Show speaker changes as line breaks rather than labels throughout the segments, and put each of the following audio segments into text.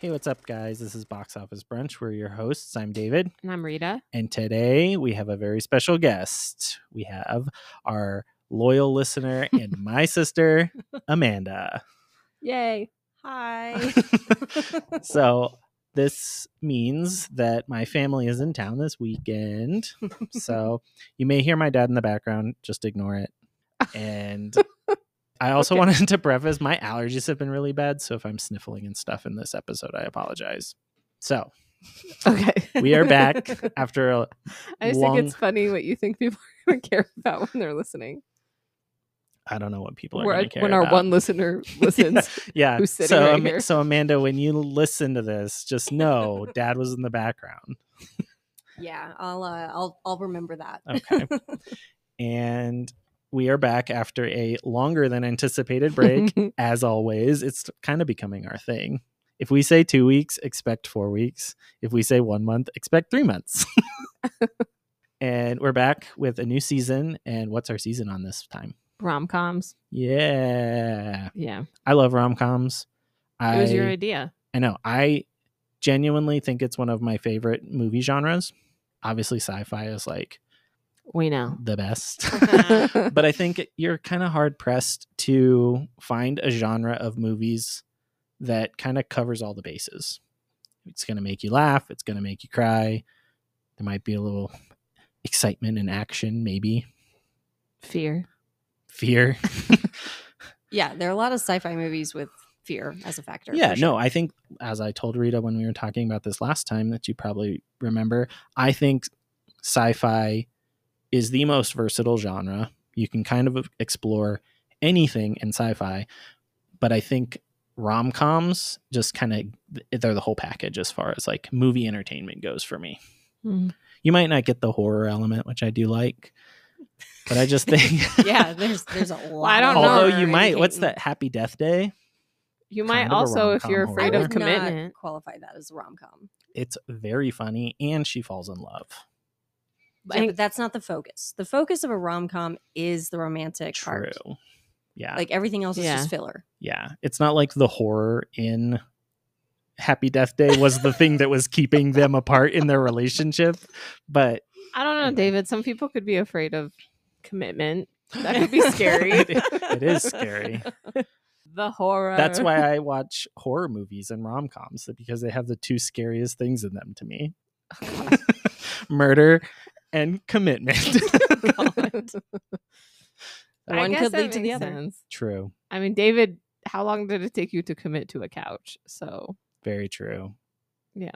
Hey, what's up, guys? This is Box Office Brunch. We're your hosts. I'm David.
And I'm Rita.
And today we have a very special guest. We have our loyal listener and my sister, Amanda.
Yay. Hi.
So this means that my family is in town this weekend. So you may hear my dad in the background. Just ignore it. And I also
Okay.
wanted to preface my allergies have been really bad. So if I'm sniffling and stuff in this episode, I apologize. So
okay.
we are back after a
I just
long-
think it's funny what you think people are going to care about when they're listening.
I don't know what people are
Where,
going to care
when our
about.
one listener listens.
yeah.
who's sitting
so,
right
Am-
here.
so Amanda, when you listen to this, just know Dad was in the background.
Yeah, I'll uh, I'll I'll remember that.
Okay. and we are back after a longer than anticipated break. As always, it's kind of becoming our thing. If we say two weeks, expect four weeks. If we say one month, expect three months. and we're back with a new season. And what's our season on this time?
Rom coms.
Yeah.
Yeah.
I love rom coms.
It was your idea.
I know. I genuinely think it's one of my favorite movie genres. Obviously, sci fi is like
We know.
the best.
but
but I think you're kind of hard pressed to find a genre of movies that kind of covers all the bases. It's going to make you laugh. It's going to make you cry. There might be a little excitement and action, maybe
fear.
fear.
Yeah, there are a lot of sci-fi movies with fear as a factor.
Yeah,
for sure.
no, I think as I told Rita when we were talking about this last time that you probably remember, I think sci-fi is the most versatile genre. You can kind of explore anything in sci-fi, but I think rom-coms just kind of they're the whole package as far as like movie entertainment goes for me.
Mm.
You might not get the horror element, which I do like, but I just think
yeah, there's there's a lot.
I don't
of
know.
although
horror
you
in
might what's
Keaton.
that happy death day?
You might
Kind of a
also, if
rom-com
you're
horror.
afraid
I
of
would
commitment,
not qualify that as a rom com.
it's very funny and she falls in love
Yeah, but that's not the focus. The focus of a rom com is the romantic part.
true yeah
Like everything else is
Yeah.
just filler.
yeah it's not like the horror in happy death day was the thing that was keeping them apart in their relationship but
I don't know,
Anyway.
David. Some people could be afraid of commitment. That could be scary.
It i- it is scary
the horror.
that's why i watch horror movies and rom-coms because they have the two scariest things in them to me murder and commitment
Oh
I
One
guess
could
that
lead to the
makes
other.
sense.
true
I mean, David, how long did it take you to commit to a couch? So
Very true.
Yeah.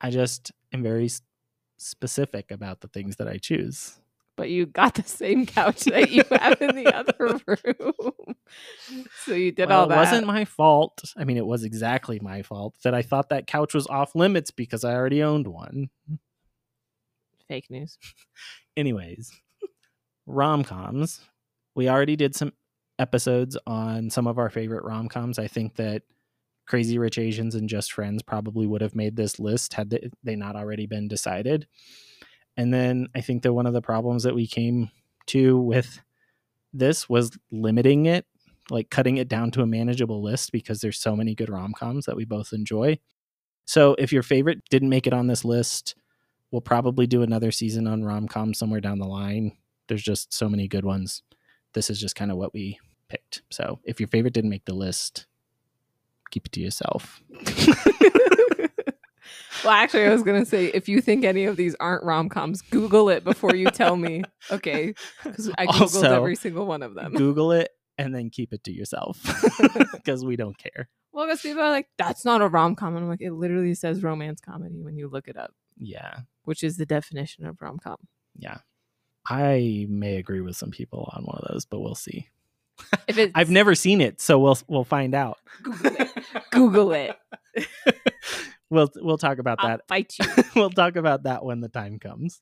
I just am very s- specific about the things that I choose.
but you got the same couch that you have in the other room. So you did
Well,
all that.
It wasn't my fault. I mean, it was exactly my fault that I thought that couch was off limits because I already owned one.
fake news.
Anyways, rom coms. We already did some episodes on some of our favorite rom coms. I think that Crazy Rich Asians and Just Friends probably would have made this list had they- they not already been decided. And then I think that one of the problems that we came to with this was limiting it, like cutting it down to a manageable list because there's so many good rom coms that we both enjoy. So if your favorite didn't make it on this list, we'll probably do another season on rom com somewhere down the line. There's just so many good ones. This is just kind of what we picked. So if your favorite didn't make the list, keep it to yourself.
Well, actually, I was going to say if you think any of these aren't rom coms, Google it before you tell me. Okay. Because I Googled
Also,
every single one of them.
Google it and then keep it to yourself because we don't care.
Well, because people are like, that's not a rom com. I'm like, it literally says romance comedy when you look it up,
Yeah.
which is the definition of rom com.
Yeah. I may agree with some people on one of those, but we'll see.
If it's,
I've never seen it, so we'll we'll find out.
Google it. Google it.
we'll we'll talk about
I'll
that
fight you.
we'll talk about that when the time comes.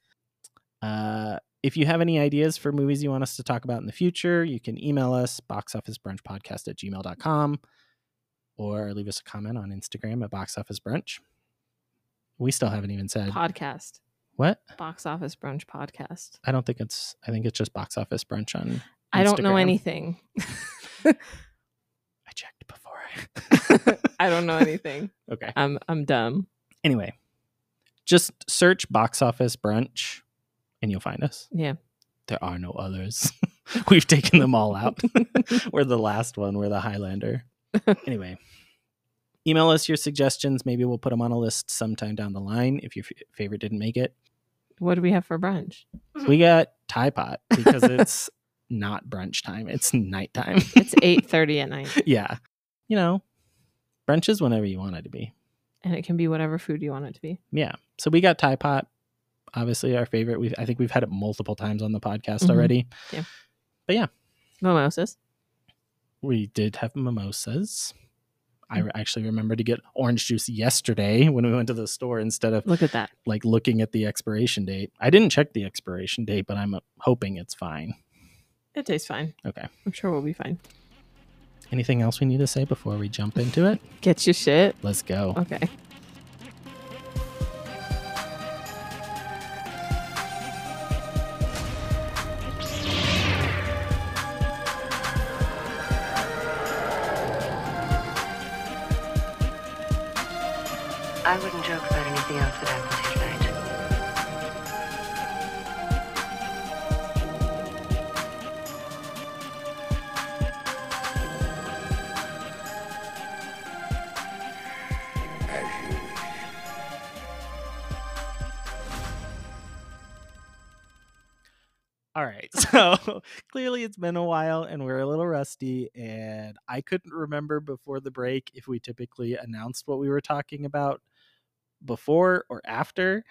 Uh, if you have any ideas for movies you want us to talk about in the future, you can email us boxofficebrunchpodcast at gmail.com or leave us a comment on Instagram at boxofficebrunch. We still haven't even said
Podcast.
what?
Box office brunch podcast.
I don't think it's I think it's just box office brunch on
I don't know
Instagram.
anything.
I checked before.
I don't know anything.
Okay.
I'm I'm dumb.
Anyway, just search box office brunch and you'll find us.
Yeah.
There are no others. We've taken them all out. we're the last one. We're the Highlander. anyway, email us your suggestions. Maybe we'll put them on a list sometime down the line if your f- favorite didn't make it.
What do we have for brunch?
We got Thai pot because it's not brunch time, it's nighttime.
It's eight thirty at night,
yeah. You know, brunch is whenever you want it to be.
and it can be whatever food you want it to be.
Yeah. So we got Thai pot, obviously our favorite. We I think we've had it multiple times on the podcast
Mhm.
already.
Mimosas.
We did have mimosas. I re- actually remember to get orange juice yesterday when we went to the store instead of
Look at that.
like looking at the expiration date. I didn't check the expiration date, but I'm uh, hoping it's fine.
It tastes fine.
Okay.
I'm sure we'll be fine.
Anything else we need to say before we jump into it?
Get your shit.
Let's go.
Okay.
I wouldn't joke about anything else that happened to you tonight.
All right. So clearly it's been a while and we're a little rusty. And I couldn't remember before the break if we typically announced what we were talking about before or after.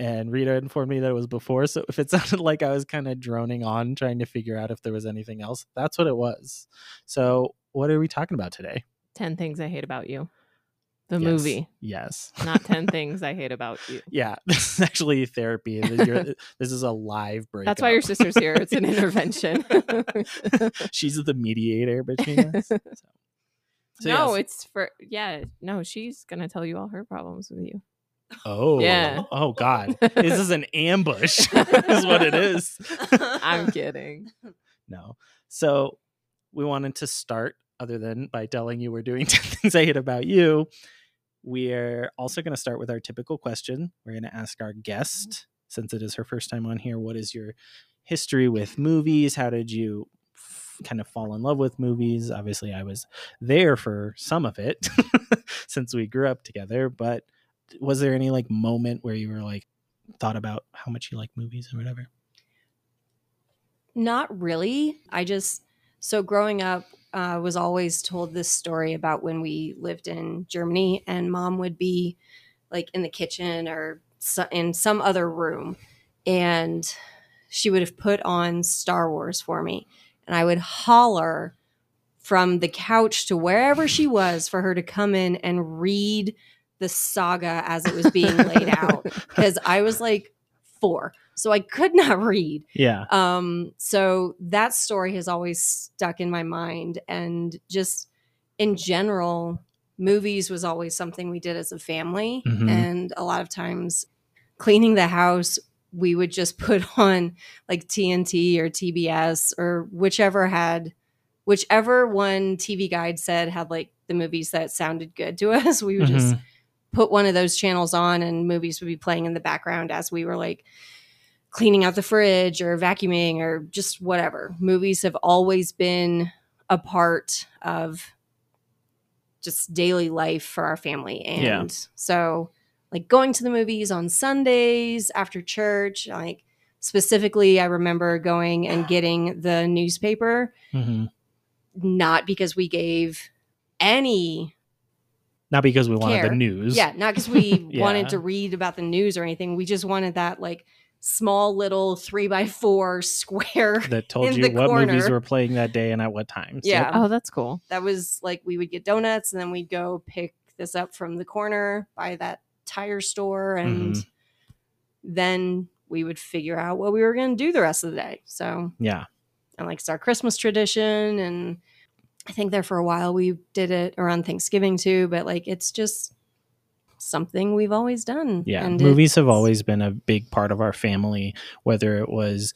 And Rita informed me that it was before. So if it sounded like I was kind of droning on trying to figure out if there was anything else, that's what it was. So what are we talking about today?
Ten things I hate about you. The
Yes.
movie,
Yes.
not ten things I hate about you.
Yeah. This is actually therapy. This you're- this is a live break.
That's why your sister's here. It's an intervention.
She's the mediator between us. So, so
no,
yes.
it's for yeah. No, she's gonna tell you all her problems with you.
oh
Yeah.
Oh God, this is an ambush. is what it is.
I'm kidding.
no, so we wanted to start other than by telling you we're doing ten things I hate about you. We're also going to start with our typical question. We're going to ask
Mm-hmm.
our guest, since it is her first time on here, what is your history with movies? How did you f- kind of fall in love with movies? Obviously, I was there for some of it since we grew up together, but was there any like moment where you were like, thought about how much you like movies or whatever?
Not really. I just so growing up uh, was always told this story about when we lived in Germany and mom would be like in the kitchen or so, in some other room and she would have put on Star Wars for me and I would holler from the couch to wherever she was for her to come in and read the saga as it was being laid out because I was like 4 so I could not read
Yeah.
um, so that story has always stuck in my mind. And just in general, movies was always something we did as a family.
Mhm.
And a lot of times, cleaning the house, we would just put on like TNT or TBS or whichever had, whichever one TV guide said had like the movies that sounded good to us. We would
Mm-hmm.
just put one of those channels on and movies would be playing in the background as we were like cleaning out the fridge or vacuuming or just whatever. Movies have always been a part of just daily life for our family. And
Yeah.
so like going to the movies on Sundays after church, like specifically I remember going and getting the newspaper
Mhm.
not because we gave any
Not because we wanted the
Care.
news.
yeah, not because we
Yeah.
wanted to read about the news or anything. We just wanted that like small little three by four square.
that told
in
you
the
what movies
corner.
were playing that day and at what times.
Yeah.
Oh, that's cool.
That was like we would get donuts and then we'd go pick this up from the corner by that tire store. And
Mm-hmm.
then we would figure out what we were going to do the rest of the day. So,
Yeah.
and like it's our Christmas tradition. And I think there for a while we did it around Thanksgiving too, but like it's just something we've always done.
Yeah.
And
Movies have
it's-
always been a big part of our family, whether it was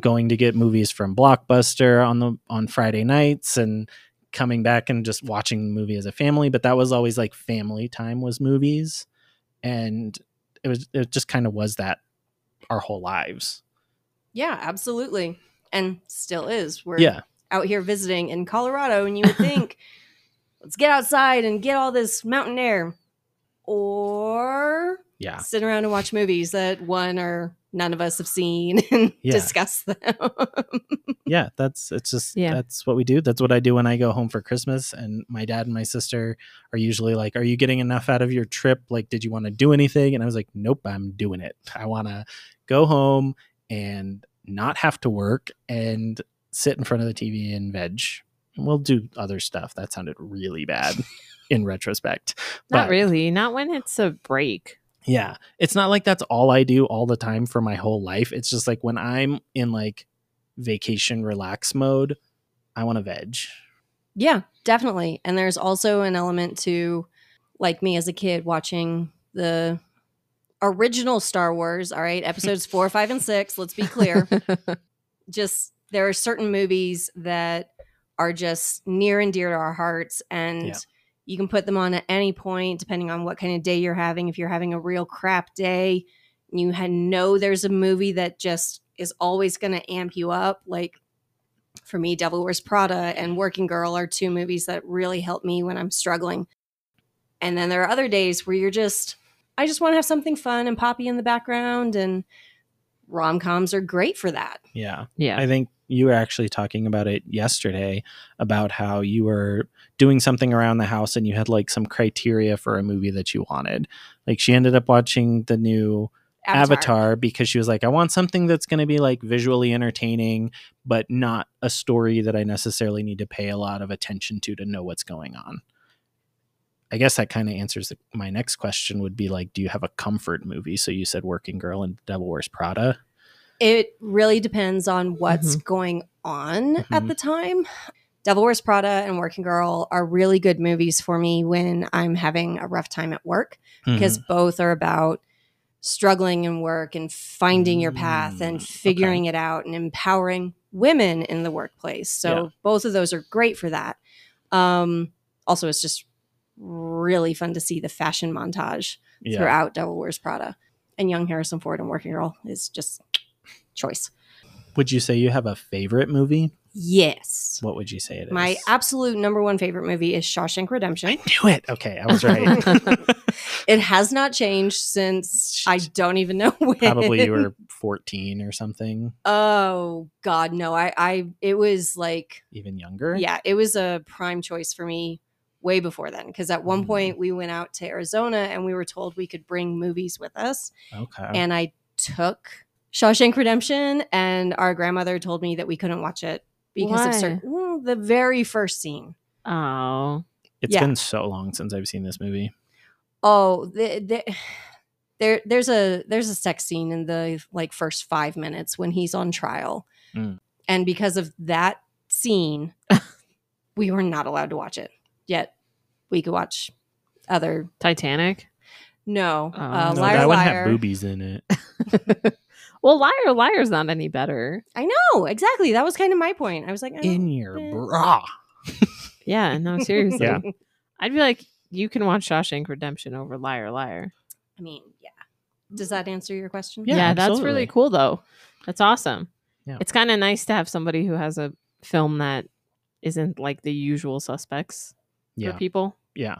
going to get movies from Blockbuster on the on Friday nights and coming back and just watching the movie as a family, but that was always like family time was movies. And it was it just kind of was that our whole lives.
Yeah, absolutely. And still is. We're
Yeah.
out here visiting in Colorado, and you would think, let's get outside and get all this mountain air. Or
Yeah.
sit around and watch movies that one or none of us have seen and
Yeah.
discuss them.
yeah that's it's just
Yeah.
that's what we do that's what i do when i go home for christmas and my dad and my sister are usually like are you getting enough out of your trip like did you want to do anything and i was like nope i'm doing it i want to go home and not have to work and sit in front of the tv and veg and we'll do other stuff that sounded really bad in retrospect
Not
But-
really. Not when it's a break.
yeah. It's not like that's all I do all the time for my whole life. It's just like when I'm in like vacation relax mode, I want to veg.
yeah, definitely. And there's also an element to, like me as a kid, watching the original Star Wars, all right, episodes four, five, and six, let's be clear. just there are certain movies that are just near and dear to our hearts and
Yeah.
you can put them on at any point depending on what kind of day you're having if you're having a real crap day you had know there's a movie that just is always going to amp you up like for me devil wears prada and working girl are two movies that really help me when i'm struggling and then there are other days where you're just i just want to have something fun and poppy in the background and rom-coms are great for that
Yeah.
yeah.
I think you were actually talking about it yesterday about how you were doing something around the house and you had like some criteria for a movie that you wanted. Like she ended up watching the new Avatar, because she was like, I want something that's going to be like visually entertaining, but not a story that I necessarily need to pay a lot of attention to to know what's going on. I guess that kind of answers the, my next question would be like, do you have a comfort movie? So you said Working Girl and Devil Wears Prada.
It really depends on what's
Mm-hmm.
going on at
Mhm.
the time. Devil Wears Prada and Working Girl are really good movies for me when I'm having a rough time at work because
Mm-hmm.
both are about struggling in work and finding your path
Mm,
and
okay.
figuring it out and empowering women in the workplace. So
Yeah.
both of those are great for that. Um, also, it's just really fun to see the fashion montage
yeah.
throughout Devil Wears Prada. And young Harrison Ford and Working Girl is just choice.
Would you say you have a favorite movie?
Yes.
What would you say it is?
My absolute number one favorite movie is Shawshank Redemption.
I knew it. Okay, I was right.
It has not changed since I don't even know when.
Probably you were 14 or something,
Oh God, no! I, I, it was like,
even younger.
yeah, it was a prime choice for me way before then. Because at one
Mm.
point we went out to Arizona and we were told we could bring movies with us,
Okay.
and I took Shawshank Redemption, and our grandmother told me that we couldn't watch it because of
Why?
certain Well, the very first scene.
oh.
It's
yeah.
been so long since I've seen this movie.
Oh, the, the, there, there's a there's a sex scene in the like first five minutes when he's on trial,
Mm.
and because of that scene, we were not allowed to watch it. Yet we could watch other
Titanic.
no,
Oh.
uh,
No,
liar
that one
liar.
had boobies in it.
well, liar, liar's not any better.
I know exactly. That was kind of my point. I was like, I don't-
in your
eh.
bra.
Yeah, no, seriously.
Yeah.
I'd be like, you can watch Shawshank Redemption over Liar, Liar.
I mean, yeah. Does that answer your question?
Yeah,
Yeah, that's really
absolutely.
cool, though. That's awesome.
Yeah.
It's kind of nice to have somebody who has a film that isn't like the usual suspects
Yeah.
for people.
Yeah.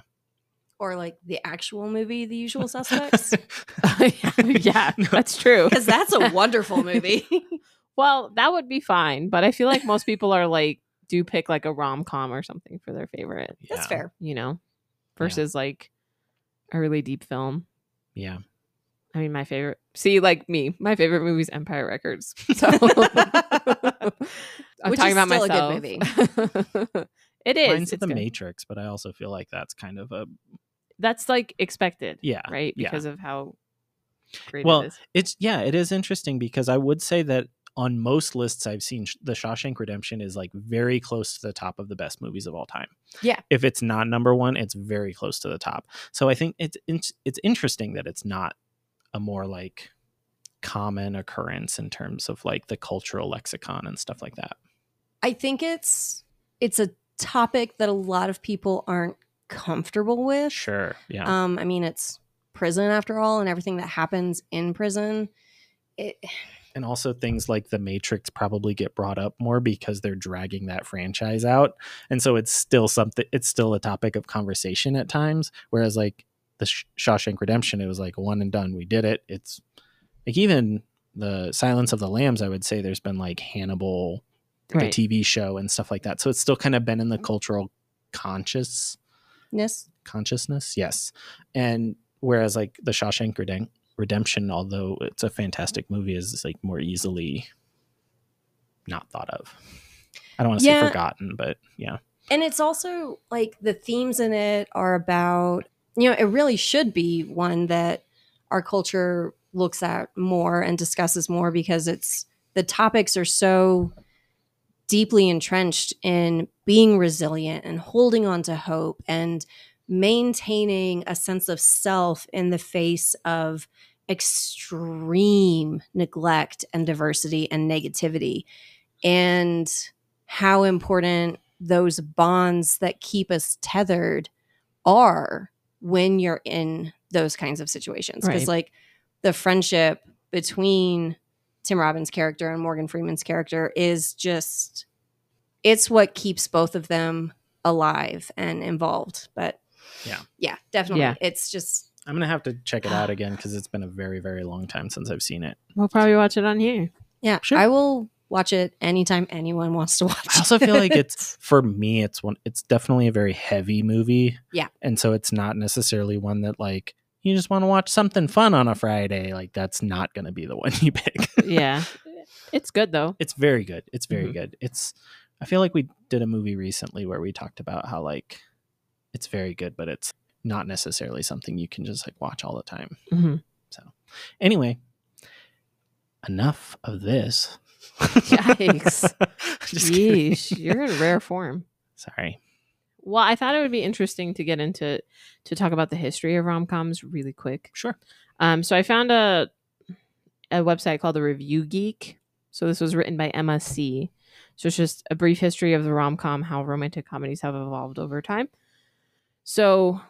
Or like the actual movie, The Usual Suspects,
yeah, that's true.
because that's a wonderful movie.
Well, that would be fine, but I feel like most people are like, do pick like a rom com or something for their favorite,
That's
Yeah.
fair.
you know, versus like a really deep film.
Yeah.
I mean, my favorite. See, like me, my favorite movie is Empire Records. So I'm
Which
talking
is
about
still a
myself.
good
movie. it is.
Mine's
it's
The
good.
Matrix, but I also feel like that's kind of a
That's like expected,
yeah.
right?
yeah.
Because of how great
Well,
it is.
It's yeah, it is interesting because I would say that on most lists I've seen, Sh- The Shawshank Redemption is like very close to the top of the best movies of all time.
Yeah.
if it's not number one, it's very close to the top. So I think it's in- it's interesting that it's not a more like common occurrence in terms of like the cultural lexicon and stuff like that.
I think it's it's a topic that a lot of people aren't comfortable with.
Sure. Yeah.
Um, I mean, it's prison after all, and everything that happens in prison. It,
and also things like the matrix probably get brought up more because they're dragging that franchise out and so it's still something it's still a topic of conversation at times whereas like the Sh- shawshank redemption it was like one and done we did it it's like even the silence of the lambs i would say there's been like hannibal
Right.
the tv show and stuff like that so it's still kind of been in the cultural conscious
Ness,
consciousness. Yes. And whereas like the Shawshank Redem- Redemption, although it's a fantastic movie, is like more easily not thought of. I don't want to
Yeah.
say forgotten, but yeah.
And it's also like the themes in it are about, you know, it really should be one that our culture looks at more and discusses more because it's the topics are so deeply entrenched in being resilient and holding on to hope and maintaining a sense of self in the face of extreme neglect and diversity and negativity and how important those bonds that keep us tethered are when you're in those kinds of situations because
Right.
like the friendship between Tim Robbins' character and Morgan Freeman's character is just it's what keeps both of them alive and involved. But
Yeah.
yeah, definitely.
Yeah.
It's just
I'm going to have to check it out again because it's been a very, very long time since I've seen it.
We'll probably watch it on here.
yeah,
Sure.
I will watch it anytime anyone wants to watch.
I also feel like
it.
it's for me it's one it's definitely a very heavy movie.
Yeah.
And so it's not necessarily one that like you just want to watch something fun on a Friday. Like that's not going to be the one you pick.
Yeah. it's good though.
it's very good. It's very
Mhm.
good. It's I feel like we did a movie recently where we talked about how like it's very good, but it's not necessarily something you can just like watch all the time.
Mm-hmm.
Anyway, enough of this.
Yikes.
Just kidding.
Yeesh, you're in rare form.
Sorry.
Well, I thought it would be interesting to get into to talk about the history of rom coms really quick.
Sure.
Um, so I found a a website called the Review Geek. So this was written by Emma C. So it's just a brief history of the rom com, how romantic comedies have evolved over time. So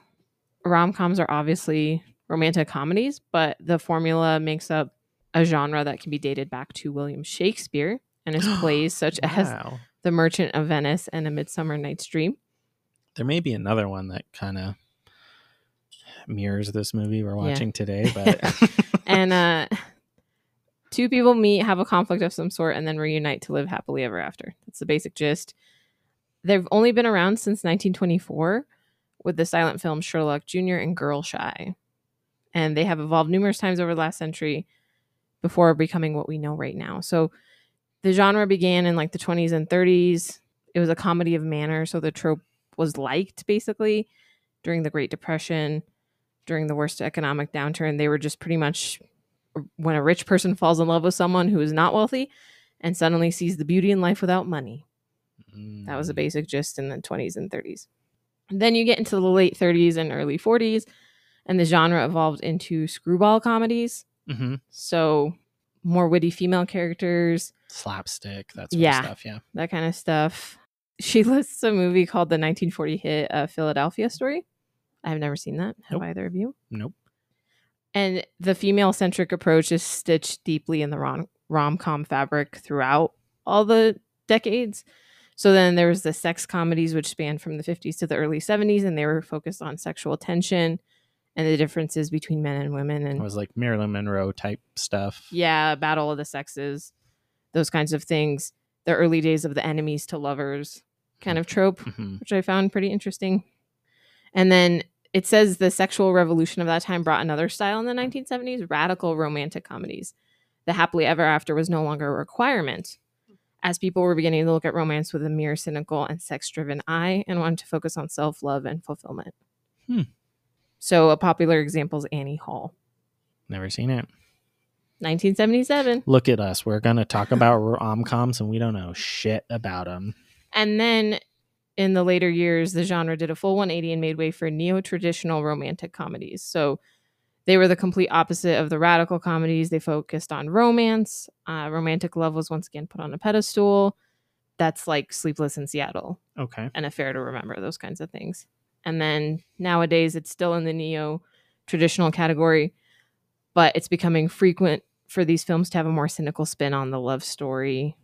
rom coms are obviously romantic comedies, but the formula makes up a genre that can be dated back to William Shakespeare and his plays such as
Wow.
The Merchant of Venice and A Midsummer Night's Dream.
There may be another one that kind of mirrors this movie we're
Yeah.
watching today, but
and uh two people meet have a conflict of some sort and then reunite to live happily ever after that's the basic gist they've only been around since 1924 with the silent film sherlock jr and girl shy and they have evolved numerous times over the last century before becoming what we know right now so the genre began in like the 20s and 30s it was a comedy of manner so the trope was liked basically during the great depression during the worst economic downturn, they were just pretty much when a rich person falls in love with someone who is not wealthy and suddenly sees the beauty in life without money. That was the
Mm,
basic gist in the 20s and 30s. Then you get into the late 30s and early 40s, and the genre evolved into screwball comedies.
mhm.
So, more witty female characters,
slapstick, that sort
Yeah.
of stuff. Yeah.
that kind of stuff. She lists a movie called the 1940 hit uh, Philadelphia Story. I've never seen that. Have
Nope.
either of you?
Nope.
and the female centric approach is stitched deeply in the rom rom com fabric throughout all the decades. So then there was the sex comedies, which spanned from the 50s to the early 70s, and they were focused on sexual tension and the differences between men and women,
It
and
was like Marilyn Monroe type stuff.
yeah, battle of the sexes, those kinds of things. The early days of the enemies to lovers kind of trope
Mhm.
which I found pretty interesting. And then it says the sexual revolution of that time brought another style in the 1970s radical romantic comedies. The happily ever after was no longer a requirement, as people were beginning to look at romance with a mere cynical and sex driven eye and wanted to focus on self love and fulfillment.
Hmm.
So, a popular example is Annie Hall,
Never seen it.
1977.
Look at us. We're going to talk about rom coms and we don't know shit about them.
And then in the later years, the genre did a full 180 and made way for neo traditional romantic comedies. So they were the complete opposite of the radical comedies. They focused on romance. Uh, romantic love was once again put on a pedestal. that's like Sleepless in Seattle
Okay.
and Affair to Remember, those kinds of things. And then nowadays it's still in the neo traditional category, but it's becoming frequent for these films to have a more cynical spin on the love story.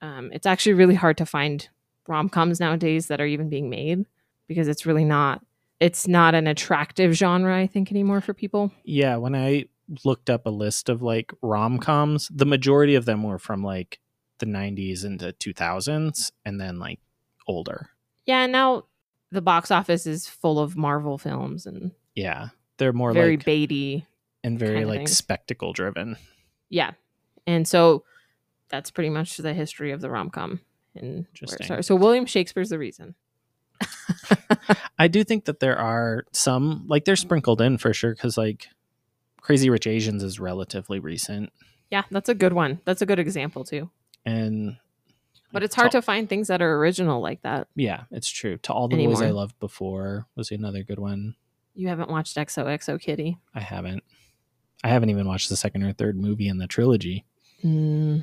Um, it's actually really hard to find rom coms nowadays that are even being made because it's really not. It's not an attractive genre, I think, anymore for people.
Yeah, when I looked up a list of like rom coms, the majority of them were from like the 90s into 2000s and then like older.
Yeah, and now the box office is full of Marvel films and
Yeah. They're more
very
like
baity.
and very
kinda
like
things.
spectacle driven.
Yeah. And so that's pretty much the history of the rom com. And
Interesting.
so William Shakespeare's the reason.
I do think that there are some like they're sprinkled in for sure cuz like Crazy Rich Asians is relatively recent
Yeah, that's a good one. That's a good example too.
and
But
like,
it's hard
Tall-
to find things that are original like that.
Yeah, it's true. To All the Boys I
Anymore.
Loved Before was another good one.
You haven't watched XOXO Kitty.
I haven't. I haven't even watched the second or third movie in the trilogy. Hmm.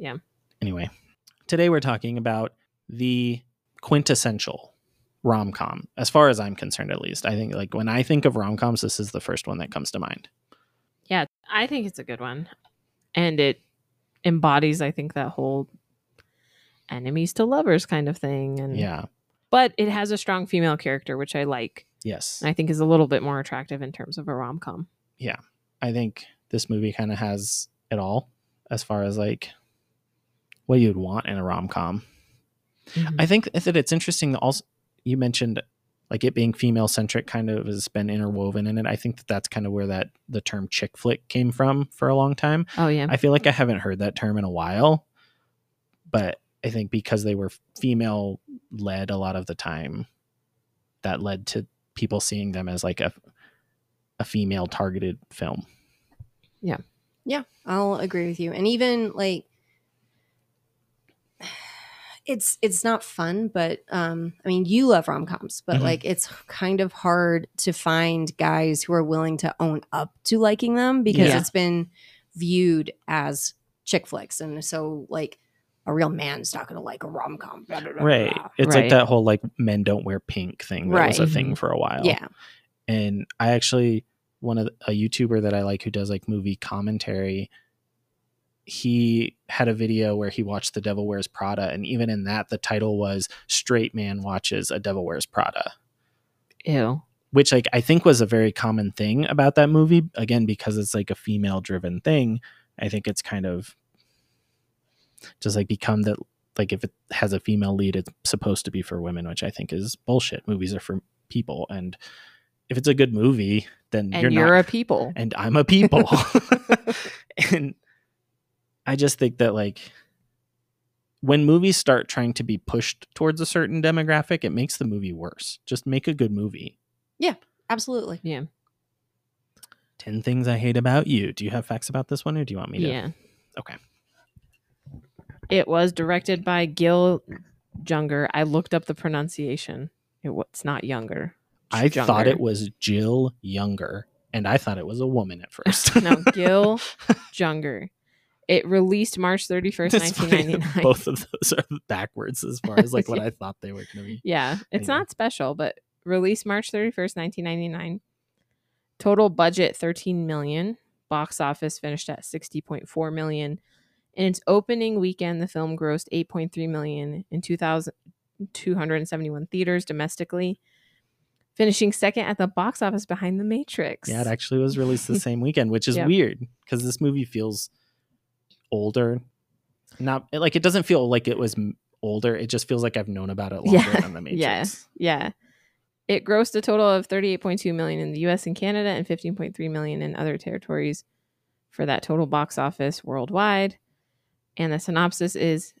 Mm.
Anyway, today we're talking about the quintessential rom com, as far as I'm concerned, at least. I think, like, when I think of rom coms, this is the first one that comes to mind.
Yeah, I think it's a good one. And it embodies, I think, that whole enemies to lovers kind of thing. And
Yeah.
but it has a strong female character, which I like.
Yes.
and I think is a little bit more attractive in terms of a rom com.
I think this movie kind of has it all as far as like what you'd want in a rom com. I think that it's interesting that also you mentioned like it being female centric kind of has been interwoven in it. I think that that's kind of where that the term chick flick came from for a long time.
Oh yeah.
I feel like I haven't heard that term in a while, but I think because they were female led a lot of the time, that led to people seeing them as like a a female targeted film.
Yeah, I'll agree with you. And even like it's it's not fun, but um I mean you love rom-coms, but
Mhm.
like it's kind of hard to find guys who are willing to own up to liking them because
Yeah.
it's been viewed as chick flicks and so like a real man's not going to like a rom-com. blah, blah, blah,
Right.
blah.
It's like
Right.
that whole like men don't wear pink thing that was a
Right.
thing for a while.
Yeah.
and I actually one of the, a YouTuber that I like who does like movie commentary. He had a video where he watched The Devil Wears Prada, and even in that, the title was "Straight Man Watches a Devil Wears Prada,"
Ew.
which like I think was a very common thing about that movie. Again, because it's like a female-driven thing, I think it's kind of just like become that. Like if it has a female lead, it's supposed to be for women, which I think is bullshit. Movies are for people, and if it's a good movie, then
And
you're,
you're,
not
a people.
and I'm a people. and I just think that like when movies start trying to be pushed towards a certain demographic, it makes the movie worse. Just make a good movie.
Absolutely.
10 things I hate about you. Do you have facts about this one or do you want me to?
yeah.
Okay.
It was directed by Gil Junger. I looked up the pronunciation. It, wa- it's not Younger.
I
Junger.
thought it was Jill Younger and I thought it was a woman at first.
no, Gil Junger. It released March 31st,
It's funny that
1999.
Both of those are backwards as far as like what I thought they were going to be.
Yeah, it's
Anyway.
not special, but released March 31st, 1999. Total budget 13 million. Box office finished at 60.4 million. In its opening weekend, the film grossed 8.3 million in 2000 271 theaters domestically, finishing second at the box office behind The Matrix.
Yeah, it actually was released the same weekend, which is
Yep.
weird because this movie feels older. Not it- like it doesn't feel like it was m- older. It just feels like I've known about it longer
Yeah,
than the Matrix.
yeah. Yeah. It grossed a total of 38.2 million in the US and Canada and 15.3 million in other territories for that total box office worldwide. And the synopsis is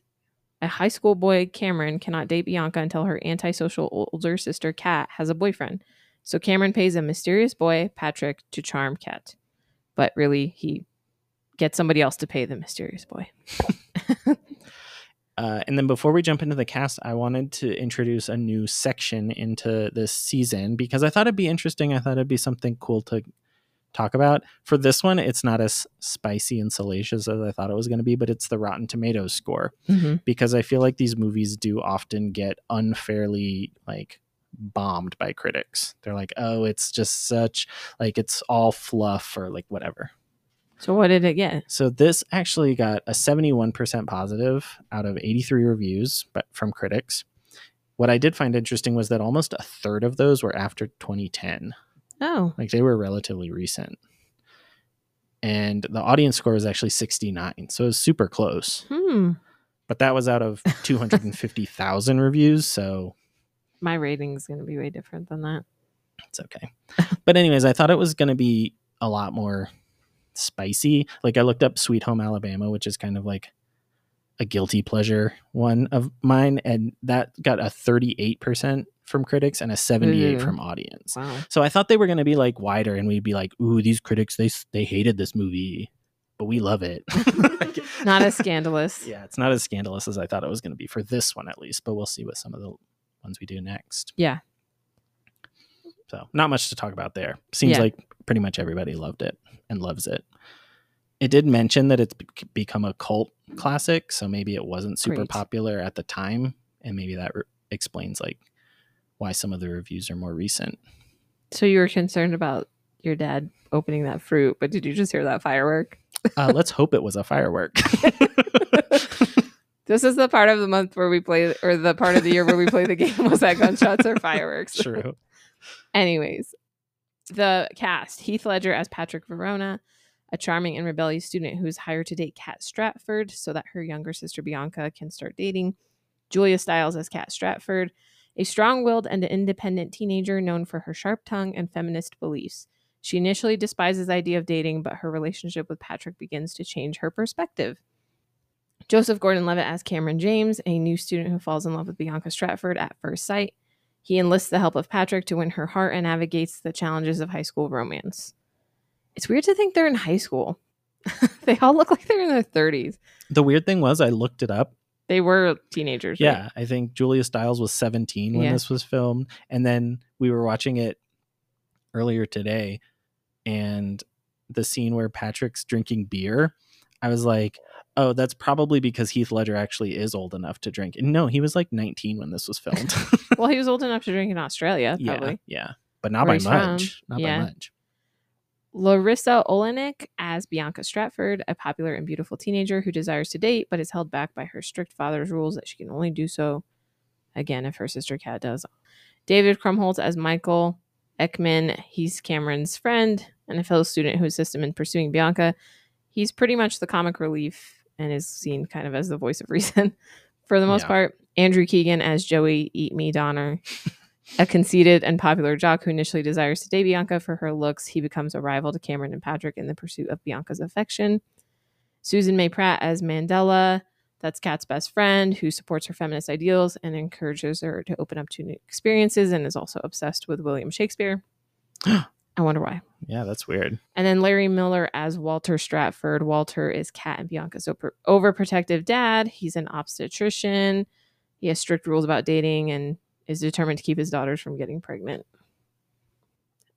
a high school boy, Cameron, cannot date Bianca until her antisocial older sister, Kat, has a boyfriend. So Cameron pays a mysterious boy, Patrick, to charm Kat. But really, he gets somebody else to pay the mysterious boy.
Uh, and then before we jump into the cast, I wanted to introduce a new section into this season because I thought it'd be interesting. I thought it'd be something cool to talk about. For this one, it's not as spicy and salacious as I thought it was going to be, but it's the Rotten Tomatoes score
Mhm.
because I feel like these movies do often get unfairly like bombed by critics. They're like, "Oh, it's just such like it's all fluff or like whatever."
So what did it get?
So this actually got a 71% positive out of 83 reviews but from critics. What I did find interesting was that almost a third of those were after 2010.
Oh,
Like they were relatively recent. And the audience score was actually 69. So it was super close.
hmm.
But that was out of 250,000 reviews. So
My rating's going to be way different than that.
it's okay. But anyways, I thought it was going to be a lot more spicy. Like I looked up Sweet Home Alabama, which is kind of like a guilty pleasure one of mine, and that got a 38% from critics and a 78
Ooh.
from audience.
Wow.
So I thought they were going to be like wider, and we'd be like, "Ooh, these critics they s- they hated this movie, but we love it."
Not as scandalous.
yeah, it's not as scandalous as I thought it was going to be for this one at least. But we'll see what some of the ones we do next.
Yeah.
So not much to talk about there. Seems
Yeah.
like pretty much everybody loved it and loves it. It did mention that it's bec- become a cult classic, so maybe it wasn't super
Great.
popular at the time, and maybe that re- explains like why some of the reviews are more recent.
So you were concerned about your dad opening that fruit, but did you just hear that firework?
Uh, let's hope it was a firework.
This is the part of the month where we play, or the part of the year where we play the game. Was that gunshots or fireworks?
True.
Anyways, the cast Heath Ledger as Patrick Verona, a charming and rebellious student who is hired to date Kat Stratford so that her younger sister Bianca can start dating. Julia Stiles as Kat Stratford, a strong willed and independent teenager known for her sharp tongue and feminist beliefs. She initially despises the idea of dating, but her relationship with Patrick begins to change her perspective. Joseph Gordon Levitt as Cameron James, a new student who falls in love with Bianca Stratford at first sight. He enlists the help of Patrick to win her heart and navigates the challenges of high school romance. It's weird to think they're in high school. they all look like they're in their 30s.
The weird thing was, I looked it up
They were teenagers. right?
Yeah, I think Julia Stiles was 17 when
Yeah.
this was filmed, and then we were watching it earlier today, and the scene where Patrick's drinking beer, I was like, "Oh, that's probably because Heath Ledger actually is old enough to drink." And no, he was like 19 when this was filmed.
Well, he was old enough to drink in Australia, probably.
yeah, yeah, but not
Where
by
he's from.
much. Not
Yeah.
by much.
Larissa Olenek as Bianca Stratford, a popular and beautiful teenager who desires to date but is held back by her strict father's rules that she can only do so again if her sister Kat does. David Krumholtz as Michael Ekman, he's Cameron's friend and a fellow student who assists him in pursuing Bianca. He's pretty much the comic relief and is seen kind of as the voice of reason for the most
Yeah.
part. Andrew Keegan as Joey Eat Me Donner, a conceited and popular jock who initially desires to date Bianca for her looks, he becomes a rival to Cameron and Patrick in the pursuit of Bianca's affection. Susan May Pratt as Mandela, that's Kat's best friend, who supports her feminist ideals and encourages her to open up to new experiences and is also obsessed with William Shakespeare. I wonder why.
Yeah, that's weird.
And then Larry Miller as Walter Stratford. Walter is Kat and Bianca's over- overprotective dad. He's an obstetrician. He has strict rules about dating and is determined to keep his daughters from getting pregnant.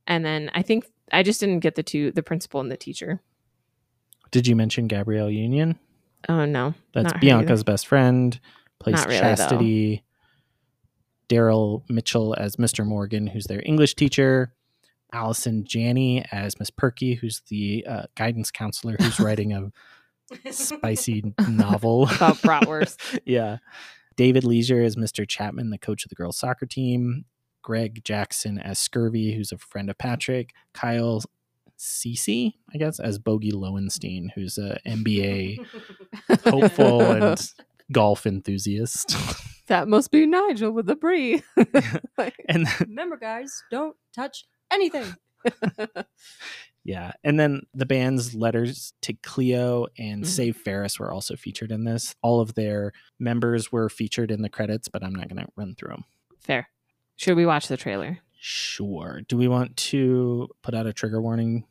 And then I think I just didn't get the two the principal and the teacher.
Did you mention Gabrielle Union?
Oh no.
That's
Not her
Bianca's best friend, plays
Not really, though.
Chastity. Daryl Mitchell as Mr. Morgan, who's their English teacher. Allison Janney as Miss Perky, who's the uh, guidance counselor who's writing a spicy novel
About bratwurst.
yeah. David Leisure is Mr. Chapman, the coach of the girls' soccer team. Greg Jackson as Scurvy, who's a friend of Patrick. Kyle Cece, I guess, as Bogey Lowenstein, who's a MBA hopeful and golf enthusiast.
That must be Nigel with the brie.
and
Remember, guys, don't touch anything.
yeah, and then the band's letters to Cleo and
Mhm.
Save Ferris were also featured in this. All of their members were featured in the credits, but I'm not going to run through them.
Fair. Should we watch the trailer?
Sure. Do we want to put out a trigger warning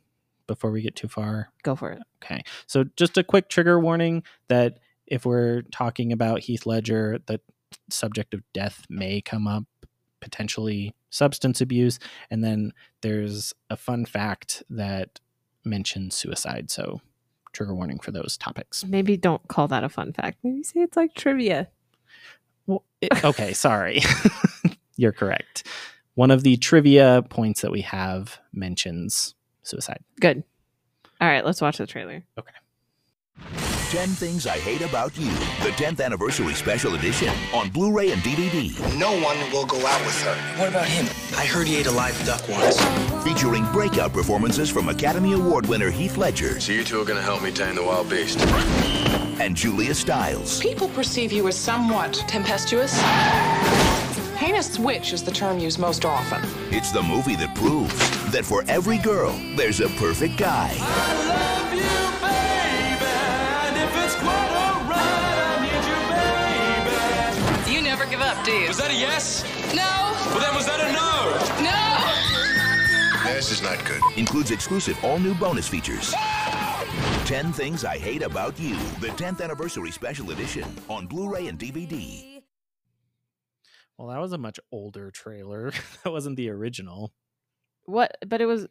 before we get too far?
Go for it.
Okay. So just a quick trigger warning that if we're talking about Heath Ledger, the subject of death may come up, potentially substance abuse, and then there's a fun fact that mention suicide. So, trigger warning for those topics.
Maybe don't call that a fun fact. Maybe say it's like trivia.
Well, it, okay, sorry. You're correct. One of the trivia points that we have mentions suicide.
Good. All right, let's watch the trailer.
10 Things I Hate About You, the 10th Anniversary Special Edition on Blu ray and DVD.
No one will go out with her. What about him? I heard he ate a live duck once.
Featuring breakout performances from Academy Award winner Heath Ledger
So you two are gonna help me tame the wild beast.
and Julia Stiles.
People perceive you as somewhat tempestuous. Heinous witch is the term used most often.
It's the movie that proves that for every girl, there's a perfect guy.
You never give up, do you?
Was that a yes?
No!
Well, then was that a no?
No!
This is not good.
Includes exclusive all new bonus features. 10 Things I Hate About You, the 10th Anniversary Special Edition on Blu ray and DVD.
Well, that was a much older trailer. that wasn't the original.
What? But it was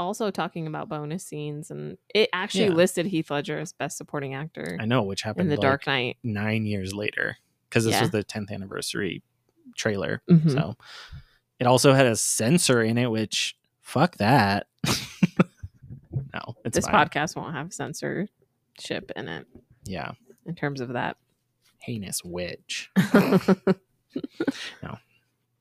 also talking about bonus scenes, and it actually
Yeah.
listed Heath Ledger as best supporting actor
I know, which
in
happened
The
like,
Dark Knight.
nine years later because this
Yeah.
was the 10th anniversary trailer.
Mhm.
So it also had a censor in it, which fuck that. no, it's
this
fine.
podcast won't have censorship in it
Yeah.
in terms of that.
Heinous witch. No.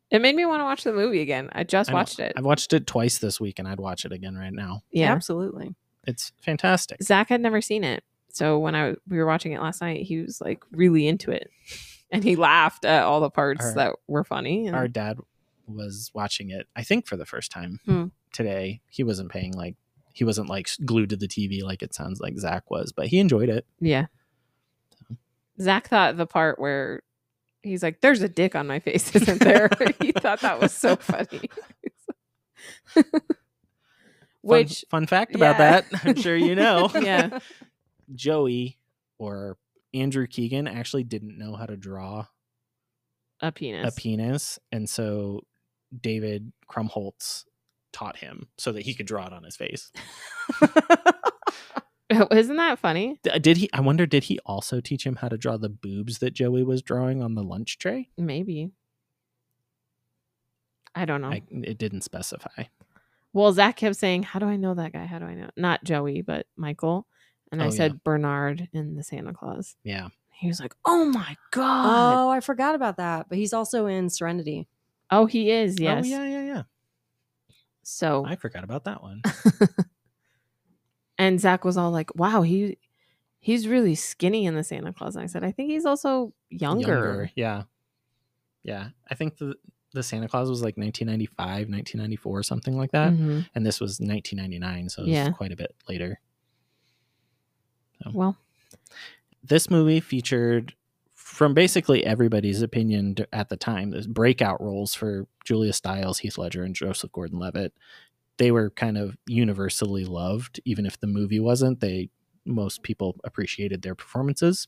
It made me want to watch the movie again. I just
I know.
watched it.
I've watched it twice this week and I'd watch it again right now.
yeah.
Absolutely.
It's fantastic.
Zach had never seen it. So when I we were watching it last night, he was like really into it. And he laughed at all the parts
Our-
that were funny. And
Our dad was watching it, I think, for the first time
Hmm.
today. He wasn't paying like, he wasn't like glued to the TV like it sounds like Zach was, but he enjoyed it.
yeah. Zach thought the part where he's like, There's a dick on my face, isn't there? he thought that was so funny.
Fun-
Which
fun, fact about
yeah.
that, I'm sure you know.
Yeah.
Joey or Andrew Keegan actually didn't know how to draw
a penis.
a penis, and so David Krumholtz taught him so that he could draw it on his face.
Isn't that funny?
D- uh, Did he? I wonder. Did he also teach him how to draw the boobs that Joey was drawing on the lunch tray?
Maybe. I don't know.
I, it didn't specify.
Well, Zach kept saying, How do I know that guy? How do I know? Not Joey, but Michael. And
Oh,
I
yeah.
said Bernard in the Santa Claus.
Yeah,
He was like, Oh my God.
Oh, I forgot about that. But he's also in Serenity.
oh, he is. Yes.
Oh, yeah, yeah, yeah.
So,
I forgot about that one.
and Zach was all like, Wow, he he's really skinny in the Santa Claus. And I said, I think he's also younger.
yeah, yeah. I think the the Santa Claus was like 1995, 1994, something like that.
Mhm.
and this was 1999 so it was
Yeah.
quite a bit later
Well,
this movie featured from basically everybody's opinion d- at the time those breakout roles for julia stiles heath ledger and joseph gordon-levitt they were kind of universally loved even if the movie wasn't they most people appreciated their performances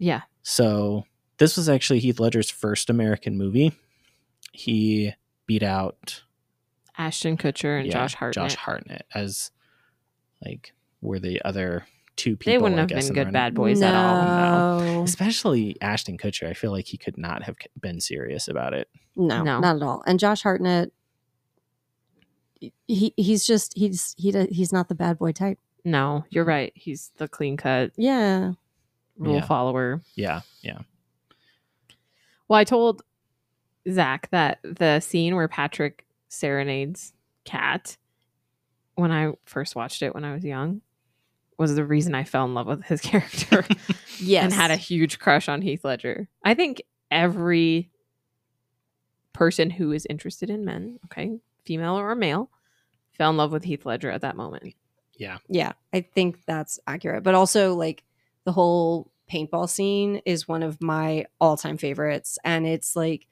yeah.
so this was actually heath ledger's first american movie he beat out
Ashton Kutcher and
Yeah,
Josh Hartnett.
Josh Hartnett as like were the other two people.
they wouldn't
I
have
guess,
been
in
good
the
bad
running.
boys at all.
Oh.
No.
Especially Ashton Kutcher, I feel like he could not have been serious about it.
No,
No.
not at all. And Josh Hartnett, he he's just he's he do- he's not the bad boy type.
No, you're right. He's the clean cut
Yeah,
rule
Yeah.
follower.
Yeah, yeah,
Well, I told Zach that the scene where Patrick serenades Cat when I first watched it when I was young was the reason I fell in love with his character
yes,
and had a huge crush on Heath Ledger. I think every person who is interested in men, okay, female or male, fell in love with Heath Ledger at that moment.
yeah.
yeah. I think that's accurate. But also, like the whole paintball scene is one of my all time favorites, and it's like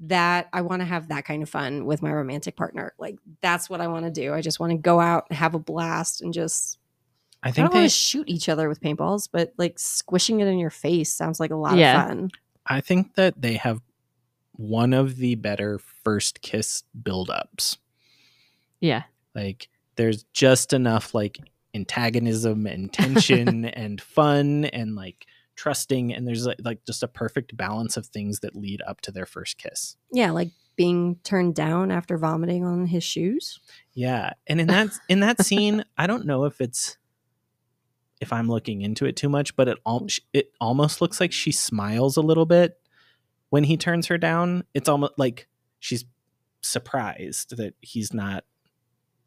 that I want to have that kind of fun with my romantic partner. Like that's what I want to do. I just want to go out and have a blast and just
I
I,
think
don't want
they.
to shoot each other with paintballs, but like squishing it in your face sounds like a lot
Yeah.
of fun.
I think that they have one of the better first kiss build ups.
Yeah.
Like there's just enough like antagonism and tension and fun and like trusting and there's like, like just a perfect balance of things that lead up to their first kiss
Yeah, like being turned down after vomiting on his shoes.
yeah and in that in that scene i don't know if it's if i'm looking into it too much but it al- it almost looks like she smiles a little bit when he turns her down it's almost like she's surprised that he's not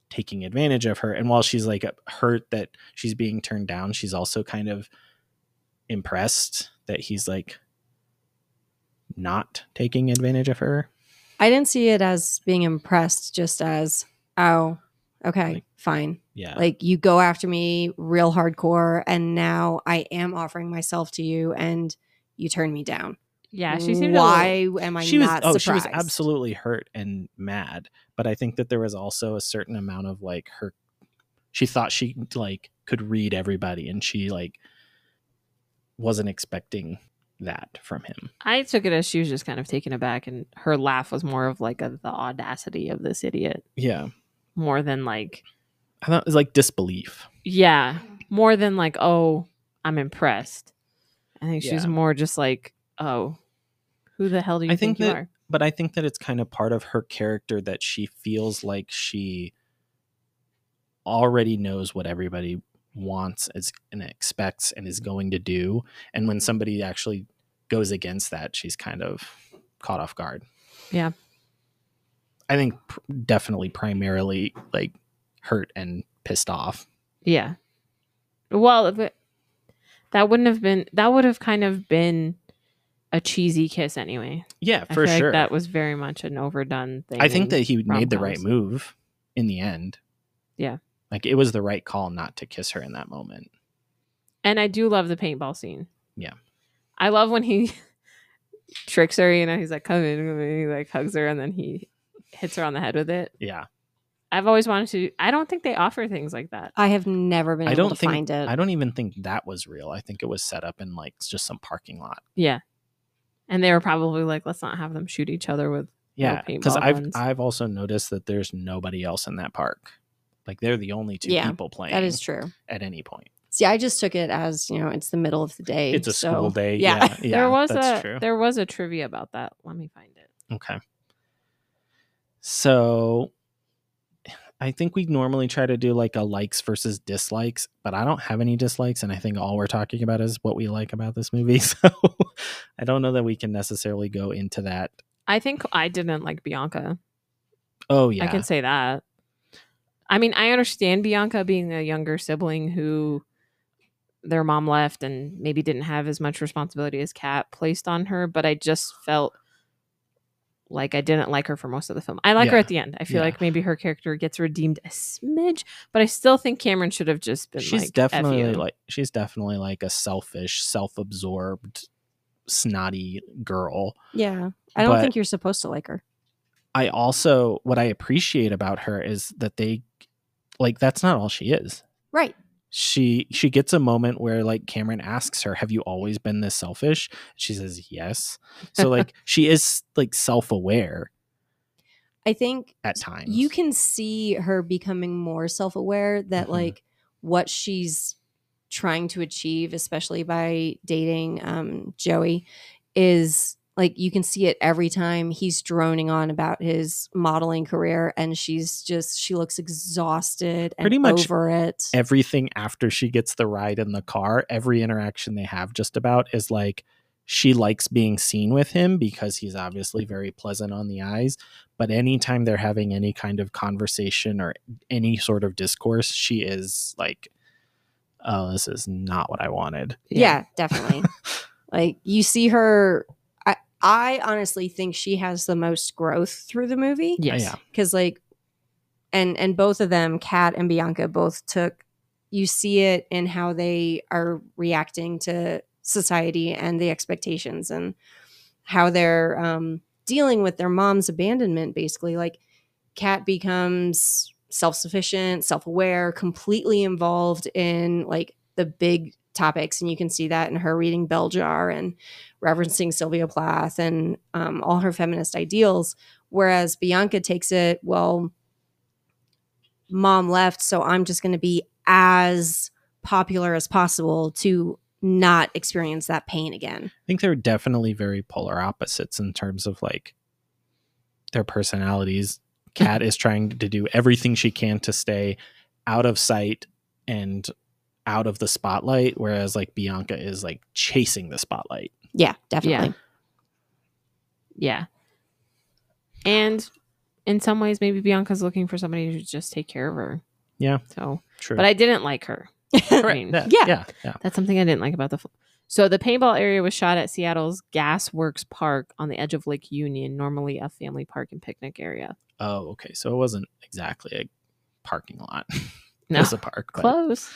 taking advantage of her and while she's like hurt that she's being turned down she's also kind of impressed that he's like not taking advantage of her
I didn't see it as being impressed, just as, oh, okay,
Like-
fine.
yeah
Like you go after me real hardcore, and now I am offering myself to you, and you turn me down.
Yeah, she seemed.
Why am I
she was
not
oh she
surprised?
was absolutely hurt and mad but i think that there was also a certain amount of like her she thought she like could read everybody and she like wasn't expecting that from him
I took it as she was just kind of taken aback, and her laugh was more of like a, the audacity of this idiot,
yeah
more than like,
i thought it was like disbelief
yeah, more than like, oh, I'm impressed. I think she was
Yeah.
more just like, oh, who the hell do you
I
think,
think
you
that-
are?
but I think that it's kind of part of her character that she feels like she already knows what everybody wants is, and expects and is going to do. And when somebody actually goes against that, she's kind of caught off guard.
Yeah.
I think pr- definitely primarily like hurt and pissed off.
Yeah. Well, if it, that wouldn't have been. That would have kind of been a cheesy kiss anyway.
Yeah,
I
for
feel like
sure.
that was very much an overdone thing.
I think
and-
that he made the right
rom-coms.
move in the end.
Yeah.
Like it was the right call not to kiss her in that moment.
And I do love the paintball scene.
Yeah.
I love when he tricks her, you know, he's like, come in, come in," he like hugs her and then he hits her on the head with it.
Yeah.
I've always wanted to I don't think they offer things like that.
I have never been
I
able
don't
to
think
find it.
I don't even think that was real. I think it was set up in like just some parking lot.
Yeah. And they were probably like, let's not have them shoot each other with
Yeah, because
paintball
I've
guns.
I've also noticed that there's nobody else in that park. Like they're the only two
Yeah,
people playing.
that is true.
At any point,
See, I just took it as you know, it's the middle of the day.
it's a
so-
school day.
Yeah.
Yeah, yeah,
there was
that's
a
true.
there was a trivia about that. Let me find it.
Okay. So I think we normally try to do like a likes versus dislikes, but I don't have any dislikes. And I think all we're talking about is what we like about this movie. So I don't know that we can necessarily go into that.
I think I didn't like Bianca.
Oh, yeah.
I can say that. I mean, I understand Bianca being a younger sibling who their mom left and maybe didn't have as much responsibility as Kat placed on her, but I just felt like I didn't like her for most of the film. I like her
Yeah.
at the end. I feel
Yeah.
like maybe her character gets redeemed a smidge, but I still think Cameron should have just been
she's
like, "F
definitely
you."
like she's definitely like a selfish self-absorbed snotty girl
Yeah, I don't
But-
think you're supposed to like her.
i also what i appreciate about her is that they like that's not all she is
Right.
she she gets a moment where like cameron asks her have you always been this selfish she says yes so like she is like self-aware
I think
at times
you can see her becoming more self-aware that
Mhm.
like what she's trying to achieve especially by dating um joey is like you can see it every time he's droning on about his modeling career and she's just she looks exhausted and
Pretty much
over it
everything after she gets the ride in the car, every interaction they have just about is like she likes being seen with him because he's obviously very pleasant on the eyes. But anytime they're having any kind of conversation or any sort of discourse, she is like, oh, this is not what I wanted.
yeah, definitely like you see her I, I honestly think she has the most growth through the movie
Yes.
Yeah.
because like and and both of them kat and bianca both took you see it in how they are reacting to society and the expectations and how they're um, dealing with their mom's abandonment basically like kat becomes self-sufficient self-aware completely involved in like the big topics and you can see that in her reading bell jar and referencing sylvia plath and um, all her feminist ideals Whereas Bianca takes it, well, mom left, so I'm just going to be as popular as possible to not experience that pain again.
I think they're definitely very polar opposites in terms of like their personalities. Kat is trying to do everything she can to stay out of sight and out of the spotlight, whereas like Bianca is like chasing the spotlight.
Yeah, definitely.
Yeah. And in some ways, maybe Bianca's looking for somebody to just take care of her.
Yeah.
So,
True.
but I didn't like her. I mean,
yeah,
Yeah.
yeah, yeah.
That's something I didn't like about the. Fl- so the paintball area was shot at Seattle's Gas Works Park on the edge of Lake Union, normally a family park and picnic area.
Oh, okay. So it wasn't exactly a parking lot.
No.
it was a park. but-
Close.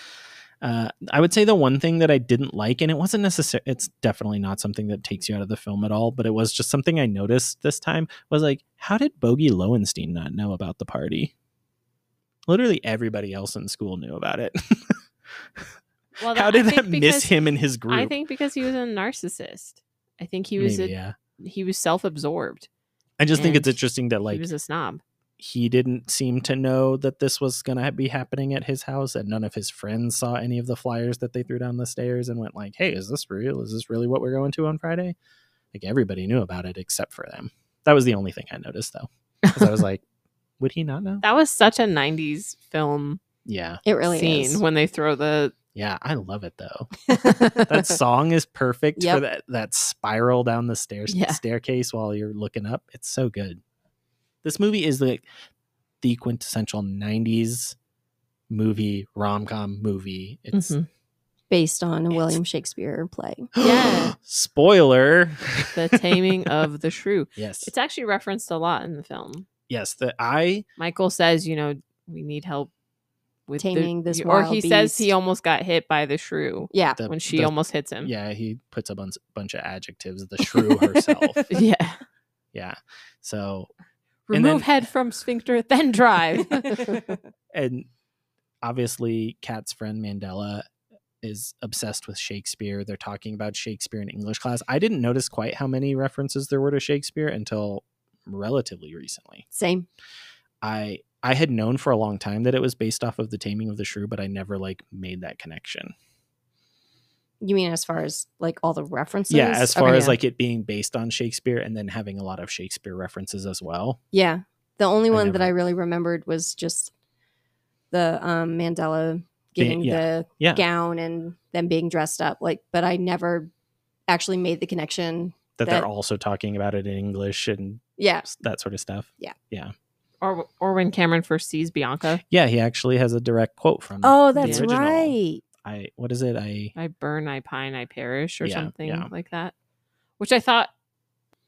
Uh, I would say the one thing that I didn't like, and it wasn't necessary. It's definitely not something that takes you out of the film at all, but it was just something I noticed this time. Was like, how did Bogey Lowenstein not know about the party? Literally everybody else in school knew about it.
Well,
how
I
did
think
that miss
because-
him in his group?
I think because he was a narcissist. I think he was
Maybe,
a,
yeah.
he was self-absorbed.
I just think
and
it's interesting that like
he was a snob.
he didn't seem to know that this was going to be happening at his house and none of his friends saw any of the flyers that they threw down the stairs and went like hey is this real is this really what we're going to on friday like everybody knew about it except for them that was the only thing i noticed though 'Cause i was like would he not know
That was such a 90s film
yeah
It really
scene
is.
when they throw the
yeah i love it though that song is perfect for
Yep.
that that spiral down the stairs
Yeah.
staircase while you're looking up it's so good this movie is like the quintessential 90s movie rom-com movie it's
Mhm.
Based on a
It's-
William Shakespeare play.
Yeah.
spoiler
the taming of the shrew.
yes
It's actually referenced a lot in the film.
yes the i
Michael says, you know, we need help with the-
Taming this
or
wild
he says he
beast.
almost got hit by the shrew
Yeah.
the,
when she
the-
almost hits him.
yeah he puts a bunch, bunch of adjectives the shrew herself
Yeah.
yeah so And
Remove
then-
head from sphincter, then drive.
and obviously Kat's friend Mandela is obsessed with Shakespeare. They're talking about Shakespeare in English class. I didn't notice quite how many references there were to Shakespeare until relatively recently.
Same.
I I had known for a long time that it was based off of The Taming of the Shrew, but I never like made that connection.
You mean as far as like all the references?
yeah, as far
Okay.
as like it being based on Shakespeare and then having a lot of Shakespeare references as well.
Yeah. The only
I
one that
never-
I really remembered was just the um, Mandela getting
yeah.
the
Yeah.
gown and them being dressed up. Like, but I never actually made the connection.
That, they're
That-
also talking about it in English and
Yeah.
that sort of stuff.
or or when Cameron first sees Bianca,
Yeah, he actually has a direct quote from
Oh,
Mm, the
that's
original.
right.
I what is it? I
I burn, I pine, I perish, or
Yeah,
something
yeah.
like that, which I thought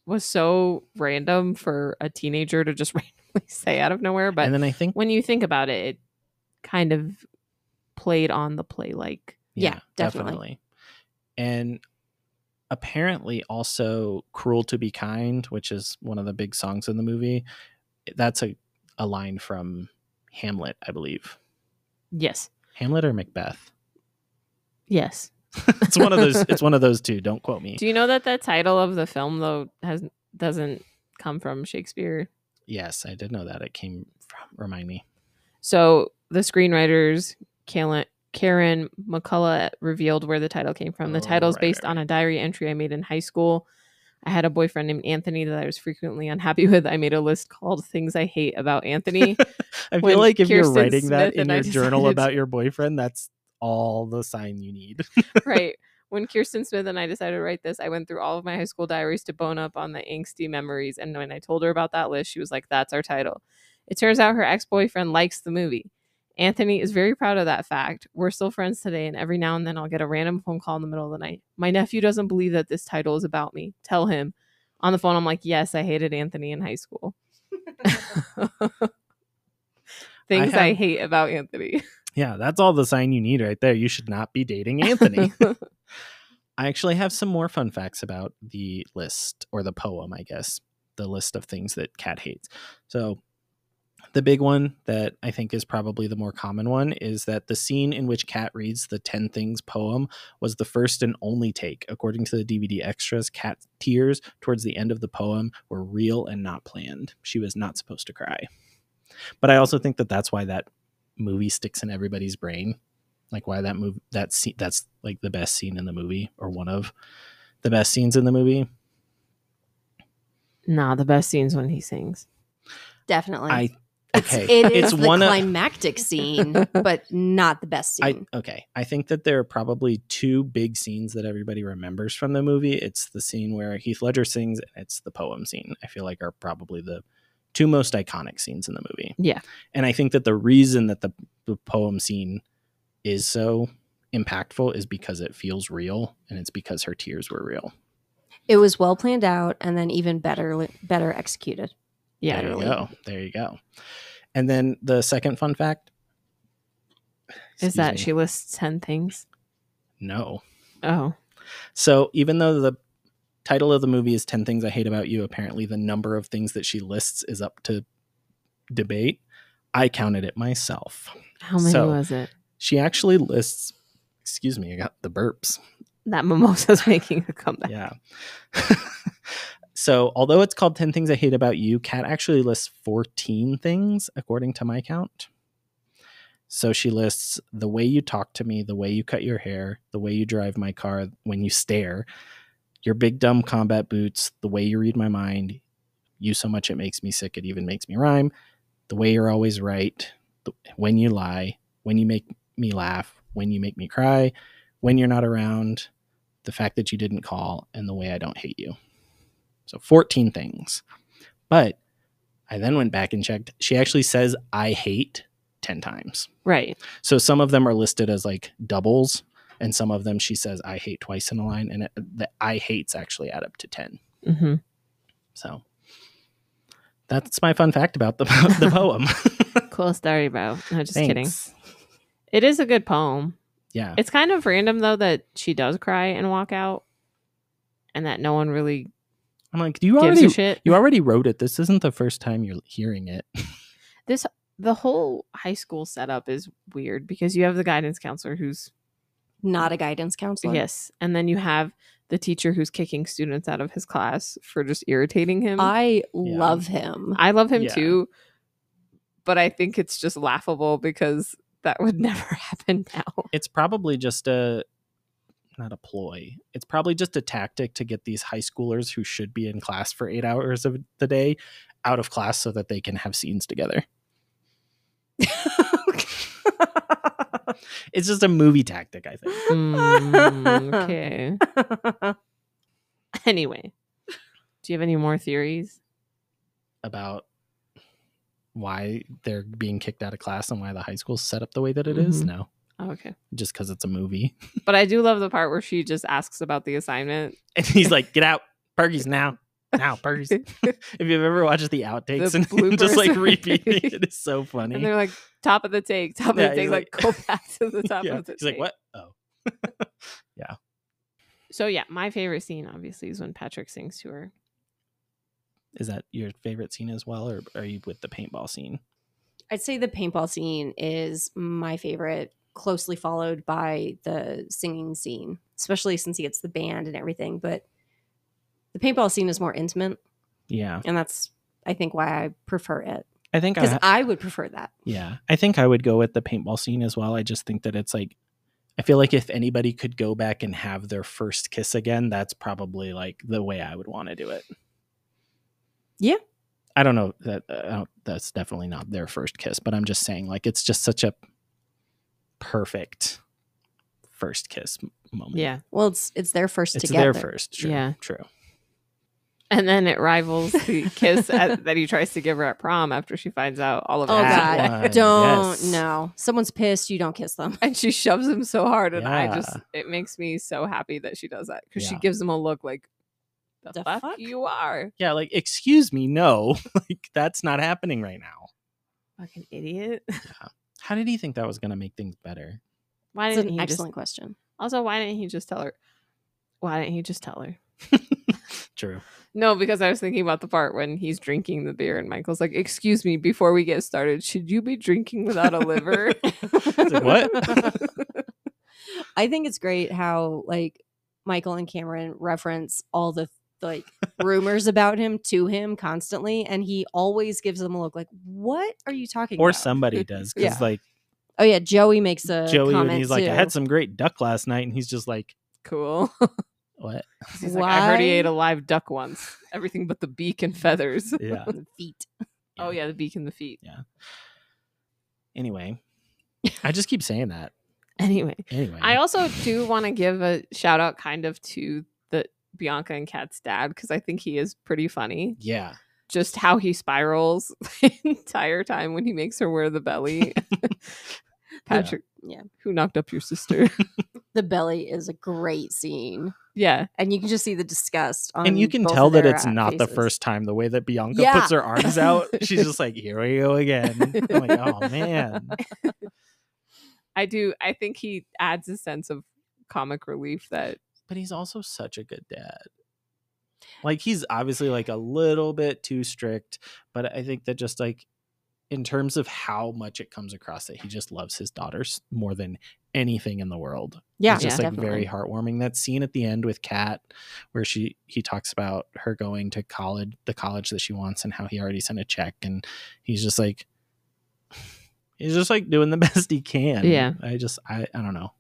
was so random for a teenager to just randomly say out of nowhere. But
and then I think
when you think about it, it kind of played on the play like
Yeah, definitely.
And apparently, also "Cruel to Be Kind," which is one of the big songs in the movie. That's a a line from Hamlet, I believe.
yes,
Hamlet or Macbeth.
yes.
It's one of those. it's one of those two. Don't quote me.
Do you know that the title of the film though has doesn't come from Shakespeare?
yes, I did know that. It came from. Remind me.
So the screenwriters Kalen- Karen McCullough revealed where the title came from. The
Oh,
title is
right,
based
right,
on a diary entry I made in high school. I had a boyfriend named Anthony that I was frequently unhappy with. I made a list called "Things I Hate About Anthony."
I
When
feel like if you're
Kirsten
writing that
Smith
in
and I
your journal
decided-
about your boyfriend, that's all the sign you need.
right. When Kirsten Smith and I decided to write this, I went through all of my high school diaries to bone up on the angsty memories. And when I told her about that list, she was like, That's our title. It turns out her ex boyfriend likes the movie. Anthony is very proud of that fact. We're still friends today, and every now and then I'll get a random phone call in the middle of the night. My nephew doesn't believe that this title is about me. Tell him. On the phone, I'm like, Yes, I hated Anthony in high school. Things I,
have-
hate about Anthony.
Yeah, that's all the sign you need right there. You should not be dating Anthony. I actually have some more fun facts about the list or the poem, I guess, the list of things that Cat hates. So, the big one that I think is probably the more common one is that the scene in which Cat reads the 10 Things poem was the first and only take. According to the DVD extras, Cat's tears towards the end of the poem were real and not planned. She was not supposed to cry. But I also think that that's why that movie sticks in everybody's brain. Like why that move that scene that's like the best scene in the movie or one of the best scenes in the movie.
Nah, the best scene's when he sings.
Definitely.
I
it's,
okay.
It is
it's
the
one of
climactic scene, but not the best
I
scene.
okay. I think that there are probably two big scenes that everybody remembers from the movie. It's the scene where Heath Ledger sings, and it's the poem scene. I feel like are probably the two most iconic scenes in the movie.
Yeah.
and I think that the reason that the, the poem scene is so impactful is because it feels real, and it's because her tears were real.
it was well planned out and then even better better executed.
Yeah.
there you go. There you go. And then the second fun fact
Is that
Excuse
she
me.
lists 10 things?
No.
Oh.
So even though the title of the movie is 10 Things I Hate About You, apparently the number of things that she lists is up to debate. I counted it myself.
How many
So-
was it?
She actually lists, excuse me, I got the burps.
That mimosa's making a comeback.
Yeah. so although it's called 10 Things I Hate About You, Kat actually lists 14 things according to my count. So she lists the way you talk to me, the way you cut your hair, the way you drive my car when you stare, your big dumb combat boots, the way you read my mind, you so much it makes me sick, it even makes me rhyme, the way you're always right, the, when you lie, when you make me laugh, when you make me cry, when you're not around, the fact that you didn't call, and the way I don't hate you. So 14 things. But I then went back and checked. She actually says, I hate 10 times.
Right.
So some of them are listed as like doubles, and some of them she says, I hate twice in a line. And it, the I hates actually add up to 10.
Mm-hmm.
So that's my fun fact about the, the poem.
Cool story, bro. No, just kidding.
Thanks.
It is a good poem.
Yeah.
It's kind of random, though, that she does cry and walk out and that no one really
I'm like, do you
gives
already.
a shit.
You already wrote it. This isn't the first time you're hearing it.
the whole high school setup is weird because you have the guidance counselor who's
Not a guidance counselor.
yes and then you have the teacher who's kicking students out of his class for just irritating him
I love him.
I love him
Yeah.
too but i think it's just laughable because that would never happen now
it's probably just a not a ploy. It's probably just a tactic to get these high schoolers who should be in class for eight hours of the day out of class so that they can have scenes together. It's just a movie tactic, I think.
Mm, okay anyway do you have any more theories
About why they're being kicked out of class and why the high school's set up the way that it is.
Mhm.
No,
Oh, okay
just because it's a movie.
but i do love the part where she just asks about the assignment
And he's like, "Get out, pergies now, now, pergies." if you've ever watched the outtakes
The
and just like
bloopers.
repeating, it, it is so funny.
and they're like top of the take top
Yeah,
of the
he's
take
like-
like, go back to the top
Yeah.
of the
He's like,
take.
"What? Oh,
So yeah, my favorite scene obviously is when Patrick sings to her.
is that your favorite scene as well, or are you with the paintball scene?
I'd say the paintball scene is my favorite, closely followed by the singing scene, especially since he gets the band and everything. But the paintball scene is more intimate,
Yeah,
and that's I think why I prefer it
I think I,
because
ha-
I would prefer that.
yeah, I think I would go with the paintball scene as well. I just think that it's like, I feel like if anybody could go back and have their first kiss again, that's probably like the way I would want to do it.
Yeah.
I don't know that uh, I don't, that's definitely not their first kiss, but I'm just saying like it's just such a perfect first kiss m- moment.
Yeah.
Well, it's it's their first
It's
together.
their first. True,
Yeah.
True.
And then it rivals the kiss at, that he tries to give her at prom after she finds out all of
Oh
that.
That
God!
one,
Don't
yes.
no. Someone's pissed. You don't kiss them.
And she shoves him so hard, and I just
Yeah.
it makes me so happy that she does that because she
Yeah.
gives him a look like the,
The
fuck,
fuck?"
you are
Yeah, like excuse me, no, like that's not happening right now.
fucking idiot.
How did he think that was going to make things better?
Why
It's
didn't
an
he
excellent
just
question.
also why didn't he just tell her? Why didn't he just tell her?
True.
No, because I was thinking about the part when he's drinking the beer and Michael's like, "Excuse me, before we get started, should you be drinking without a liver?"
like, "What?"
I think it's great how like Michael and Cameron reference all the like rumors about him to him constantly, and he always gives them a look like, "What are you talking
Or
about?"
somebody does because
Yeah.
like
Oh yeah, Joey makes a
Joey,
comment
and he's like,
too.
I had some great duck last night, and he's just like,
Cool.
what?
He's like, I heard he
Why?
ate a live duck once. Everything but the beak and feathers.
Yeah.
feet.
Oh yeah, the beak and the feet.
Anyway, I just keep saying that.
Anyway,
Anyway,
I also do want to give a shout out, kind of, to the Bianca and Kat's dad because I think he is pretty funny.
yeah,
Just how he spirals the entire time when he makes her wear the belly. Patrick,
Yeah.
who knocked up your sister?
The belly is a great scene,
yeah,
and you can just see the disgust. On
and you can
both of
tell that
their,
it's
uh,
not the
faces.
first time the way that Bianca
Yeah.
puts her arms out. She's just like, here we go again. I'm like, oh man,
I do. I think he adds a sense of comic relief that
but he's also such a good dad. Like he's obviously like a little bit too strict, but I think that just like in terms of how much it comes across that he just loves his daughters more than anything in the world.
Yeah,
it's just
yeah,
like very heartwarming. That scene at the end with Kat, where she he talks about her going to college, the college that she wants, and how he already sent a check, and he's just like, he's just like doing the best he can.
Yeah.
I just I I don't know,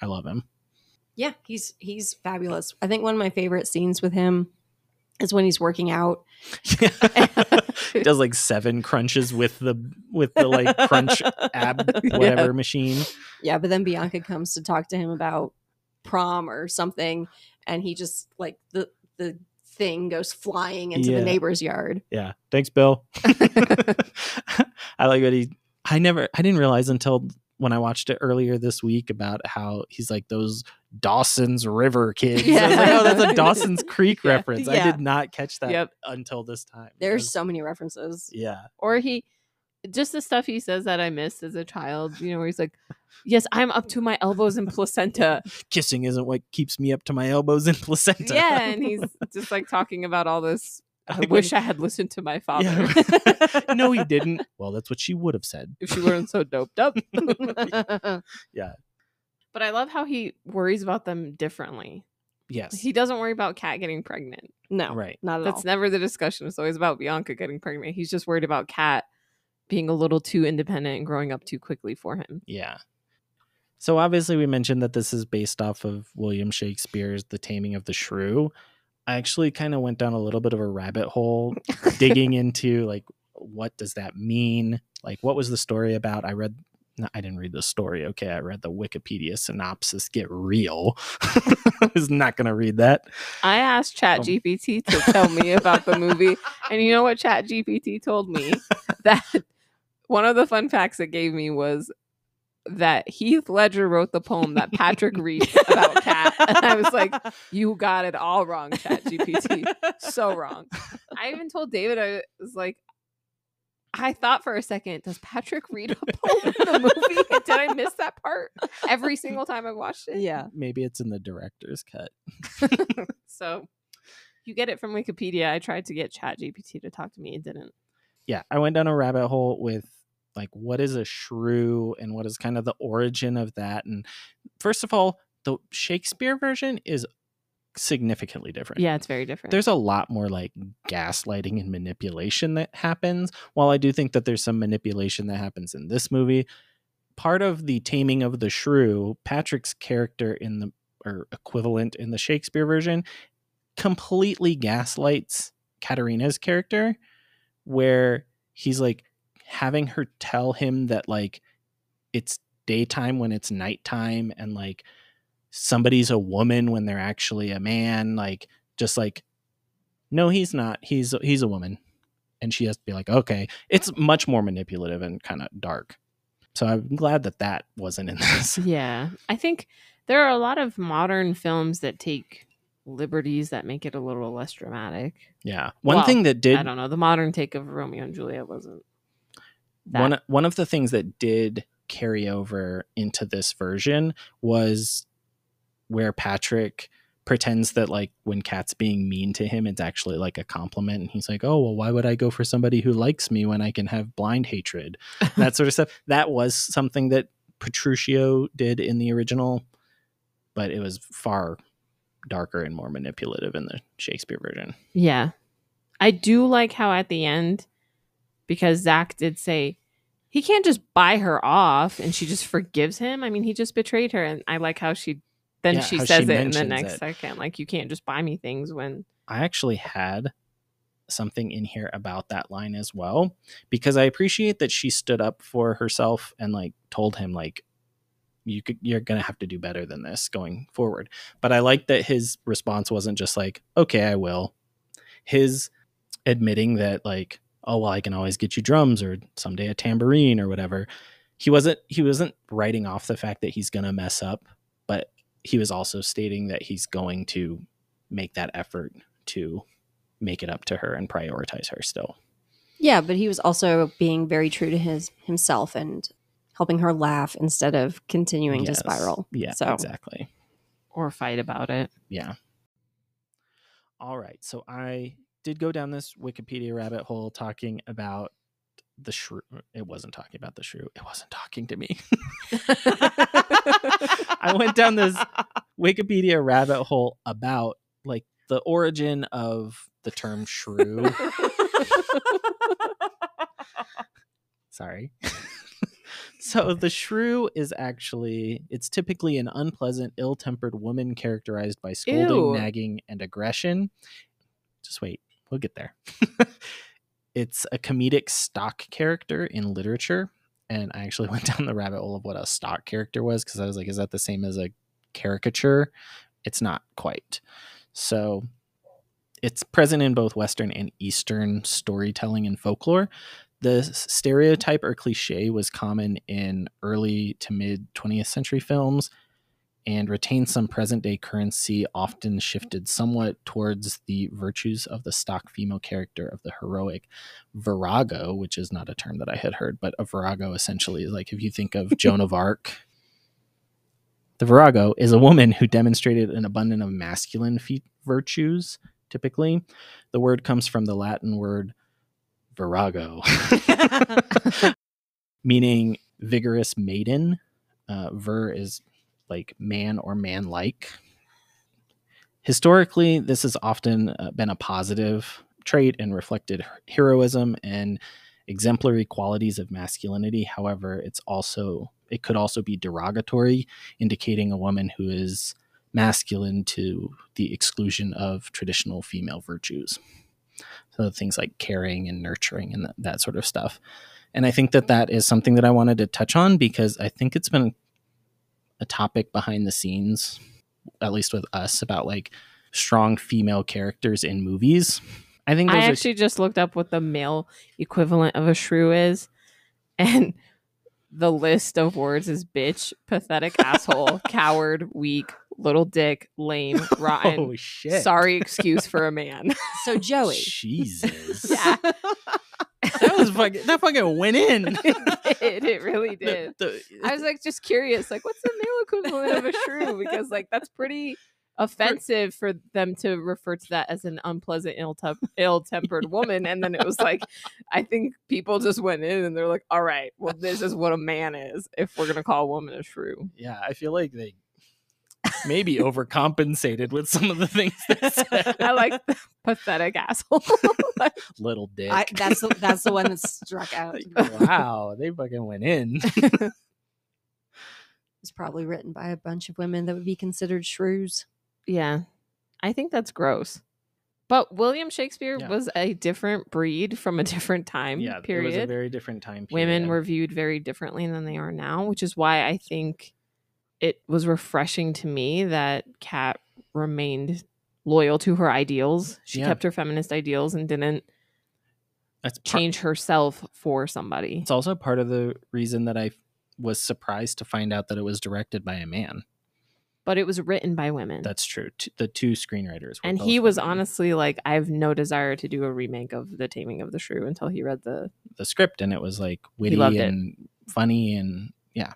I love him.
Yeah, he's he's fabulous. I think one of my favorite scenes with him is when he's working out.
he does like seven crunches with the with the like crunch ab whatever machine.
Yeah, but then Bianca comes to talk to him about prom or something, and he just like the the thing goes flying into
Yeah.
the neighbor's yard.
Yeah. Thanks, Bill. I like what he I never I didn't realize until when I watched it earlier this week about how he's like those Dawson's River kids. I was like, oh, that's a Dawson's Creek
Yeah.
reference. I
Yeah.
did not catch that
Yep.
until this time. It
There's
was-
so many references.
yeah.
or he just the stuff he says that I missed as a child, you know, where he's like, Yes, I'm up to my elbows in placenta.
Kissing isn't what keeps me up to my elbows in placenta.
yeah. And he's just like talking about all this. I
like when-
wish I had listened to my father.
Yeah. no, he didn't. Well, that's what she would have said.
if she weren't so doped up.
Yeah.
But I love how he worries about them differently.
Yes.
He doesn't worry about Kat getting pregnant.
No,
right.
not at all.
That's never the discussion. It's always about Bianca getting pregnant. He's just worried about Kat being a little too independent and growing up too quickly for him.
Yeah. So obviously we mentioned that this is based off of William Shakespeare's The Taming of the Shrew. I actually kind of went down a little bit of a rabbit hole digging into like what does that mean? Like what was the story about? I read no, I didn't read the story. Okay, I read the Wikipedia synopsis. Get real. I was not going to read that.
I asked ChatGPT to tell me about the movie, and you know what ChatGPT told me? That one of the fun facts it gave me was that Heath Ledger wrote the poem that Patrick reads about Cat. And I was like, you got it all wrong, ChatGPT. so wrong. I even told David, I was like, I thought for a second, does Patrick read a poem in the movie? Did I miss that part every single time I watched it?
Yeah,
Maybe it's in the director's cut.
So you get it from Wikipedia. I tried to get ChatGPT to talk to me. It didn't.
yeah, I went down a rabbit hole with like what is a shrew and what is kind of the origin of that. And first of all, the Shakespeare version is significantly different.
Yeah, it's very different.
There's a lot more like gaslighting and manipulation that happens. While I do think that there's some manipulation that happens in this movie, part of the taming of the shrew, Patrick's character in the or equivalent in the Shakespeare version completely gaslights Katerina's character where he's like having her tell him that like it's daytime when it's nighttime and like somebody's a woman when they're actually a man like just like no he's not he's he's a woman and she has to be like okay it's much more manipulative and kind of dark so i'm glad that that wasn't in this
yeah. I think there are a lot of modern films that take liberties that make it a little less dramatic.
yeah one
Well,
thing that did
I don't know. The modern take of Romeo and Juliet wasn't. that.
one one of the things that did carry over into this version was where Patrick pretends that like when Kat's being mean to him, it's actually like a compliment, and he's like, "Oh well, why would I go for somebody who likes me when I can have blind hatred?" that sort of stuff. That was something that Petruchio did in the original, but it was far darker and more manipulative in the Shakespeare version.
Yeah. I do like how at the end, because Zach did say he can't just buy her off and she just forgives him. I mean, he just betrayed her. And I like how she then
Yeah,
she
how she
says it in the
mentions
next
it.
second. Like, you can't just buy me things when.
I actually had something in here about that line as well because I appreciate that she stood up for herself and like told him like you could you're going to have to do better than this going forward. But I like that his response wasn't just like okay, I will. His admitting that like oh well I can always get you drums or someday a tambourine or whatever. He wasn't he wasn't writing off the fact that he's going to mess up, but he was also stating that he's going to make that effort to make it up to her and prioritize her still.
Yeah, but he was also being very true to his himself and helping her laugh instead of continuing to
Yes.
spiral.
Yeah,
So
exactly.
Or fight about it.
Yeah. All right. So I did go down this Wikipedia rabbit hole talking about the shrew. It wasn't talking about the shrew. It wasn't talking to me. I went down this Wikipedia rabbit hole about like the origin of the term shrew. Sorry. so the shrew is actually it's typically an unpleasant, ill-tempered woman characterized by scolding,
Ew.
nagging, and aggression. Just wait, we'll get there. it's a comedic stock character in literature. And I actually went down the rabbit hole of what a stock character was because I was like, is that the same as a caricature? It's not quite. So it's present in both Western and Eastern storytelling and folklore. The s- stereotype or cliche was common in early to mid 20th century films and retained some present day currency, often shifted somewhat towards the virtues of the stock female character of the heroic virago, which is not a term that I had heard, but a virago essentially is like if you think of Joan of Arc. The virago is a woman who demonstrated an abundance of masculine fe- virtues, typically. The word comes from the Latin word virago, meaning vigorous maiden. Uh, ver is like man or man like. Historically, this has often uh, been a positive trait and reflected heroism and exemplary qualities of masculinity. However, it's also it could also be derogatory, indicating a woman who is masculine to the exclusion of traditional female virtues. So things like caring and nurturing and th- that sort of stuff. And I think that that is something that I wanted to touch on because I think it's been a topic behind the scenes, at least with us, about like strong female characters in movies. I think
I
those are
actually just looked up what the male equivalent of a shrew is, and the list of words is bitch, pathetic asshole, coward, weak, little dick, lame, rotten,
Oh shit!
sorry excuse for a man.
so Joey.
Jesus.
yeah,
That was fucking. That fucking went in.
it, it really did.
The-
I was like just curious, like what's the male equivalent of a shrew? Because like that's pretty offensive for them to refer to that as an unpleasant, ill ill-tempered woman. And then it was like, I think people just went in and they're like, all right, well this is what a man is if we're gonna call a woman a shrew.
yeah, I feel like they maybe overcompensated with some of the things they said.
I like the pathetic asshole. Like,
little dick.
I, that's the, that's the one that struck out.
wow, they fucking went in.
It's probably written by a bunch of women that would be considered shrews.
yeah, I think that's gross. But William Shakespeare
Yeah.
was a different breed from a different time
yeah,
period.
it was a very different time. Period.
women were viewed very differently than they are now, which is why I think it was refreshing to me that Kat remained loyal to her ideals. She
Yeah.
kept her feminist ideals and didn't
That's par-
change herself for somebody.
It's also part of the reason that I was surprised to find out that it was directed by a man.
But it was written by women.
That's true. T- the two screenwriters, were
Mm. and
both
he was
women.
honestly like, I have no desire to do a remake of The Taming of the Shrew until he read the.
the script and it was like witty
loved it.
and funny and yeah.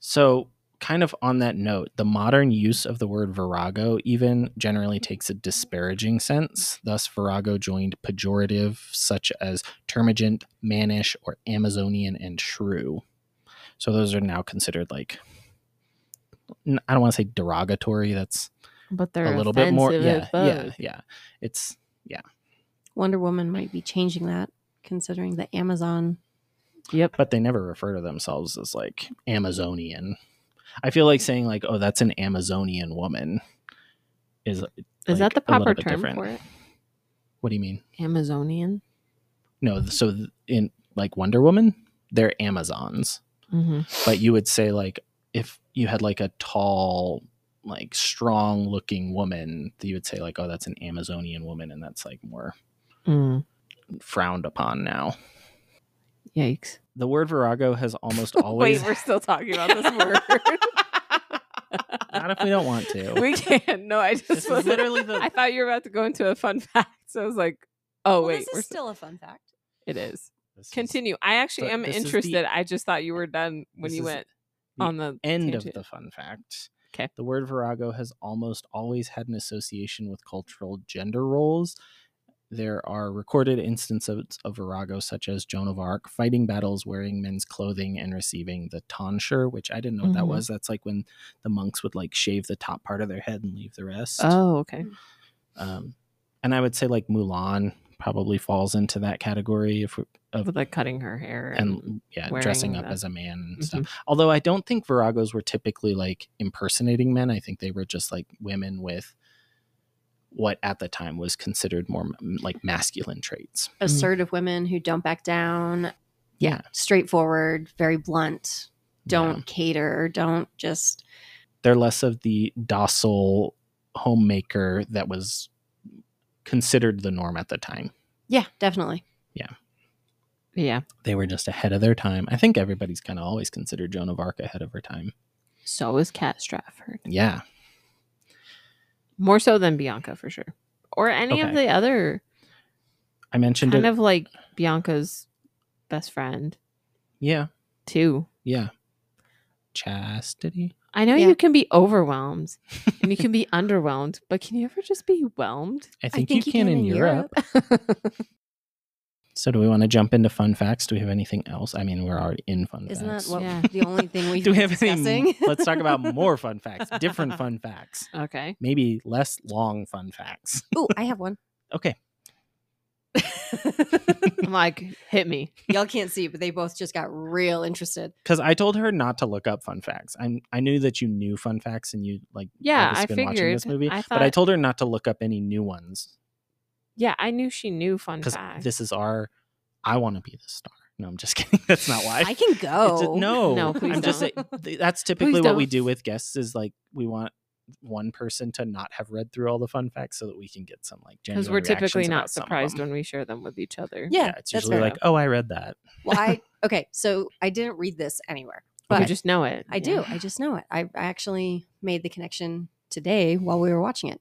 So kind of on that note, the modern use of the word virago even generally takes a disparaging sense. Thus virago joined pejorative such as termagant, mannish, or Amazonian and shrew. So those are now considered like n- I don't want to say derogatory, that's
But they're
a little bit more yeah,
offensive as
yeah,
fuck.
yeah. It's
Wonder Woman might be changing that, considering the Amazon
Yep.
but they never refer to themselves as like Amazonian. I feel like saying like, "Oh, that's an Amazonian woman," is
Is
like,
that
a little
the proper
bit
term
different.
for it?
what do you mean?
Amazonian.
No, th- so th- in like Wonder Woman, they're Amazons,
Mm-hmm.
but you would say like if you had like a tall, like strong-looking woman, you would say like, "Oh, that's an Amazonian woman," and that's like more Mm. frowned upon now.
Yikes.
The word Virago has almost always
Wait, we're still talking about this word.
not if we don't want to.
We can. No, I
this
just
is
was
literally the
I thought you were about to go into a fun fact, so I was like, "Oh
Well,
wait,
this
we're
is
still-
still a fun fact.
it is."
This is-
Continue. I actually
But
am
this is the-
interested. I just thought you were done when
This
you
is
went
the
on the
end of
tangent.
the fun fact.
'Kay.
The word Virago has almost always had an association with cultural gender roles. There are recorded instances of Virago, such as Joan of Arc, fighting battles, wearing men's clothing, and receiving the tonsure, which I didn't know what that
Mhm.
was. That's like when the monks would like shave the top part of their head and leave the rest.
Oh, okay.
Um, and I would say like Mulan probably falls into that category if we, of
With like cutting her hair and,
and yeah,
wearing Mm-hmm.
dressing up
the-
as a man and stuff. Although I don't think Viragos were typically like impersonating men. I think they were just like women with what at the time was considered more m- like masculine traits.
Assertive women who don't back down.
Mm. Yeah.
Straightforward, very blunt. Don't
Yeah.
cater. Don't just
They're less of the docile homemaker that was considered the norm at the time.
Yeah, definitely.
Mm-hmm. yeah.
They were just ahead of their time. I think everybody's kind of always considered Joan of Arc ahead of her time.
So is Kat Stratford
Yeah.
more so than Bianca for sure, or any of
Okay.
the other
I mentioned
kind
it.
of like Bianca's best friend
yeah.
too.
Yeah. Chastity.
I know
Yeah.
you can be overwhelmed and you can be underwhelmed, but can you ever just be whelmed?
I think, you, can, in, Europe. So, do we want to jump into fun facts? Do we have anything else? I mean, we're already in fun
Isn't that
facts.
what,
Yeah.
the only thing we've
do we have
been discussing?
any? Let's talk about more fun facts, different fun facts,
okay.
maybe less long fun facts.
oh, I have one.
Okay.
I'm like, hit me.
Y'all can't see, but they both just got real interested.
Because I told her not to look up fun facts. I I knew that you knew fun facts and you like
Yeah,
obviously
I
been watching
figured.
this movie,
I
but I
thought-
told her not to look up any new ones
Yeah, I knew she knew fun
because
facts.
this is our. I want to be the star. No, I'm just kidding. That's not why.
I can
It's-
go.
Oh, no,
No,
I'm
please
just saying
don't.
th- that's typically what we
don't.
do with guests is like we want one person to not have read through all the fun facts so that we can get some like
because
genuine
we're typically
reactions
not
about some of
surprised
them.
when we share them with each other.
Yeah,
yeah, it's
that's
usually
fair
like oh I read that
Well, I okay. So I didn't read this anywhere,
but
but
we just know it.
I do. I just know it. I, I actually made the connection today while we were watching it.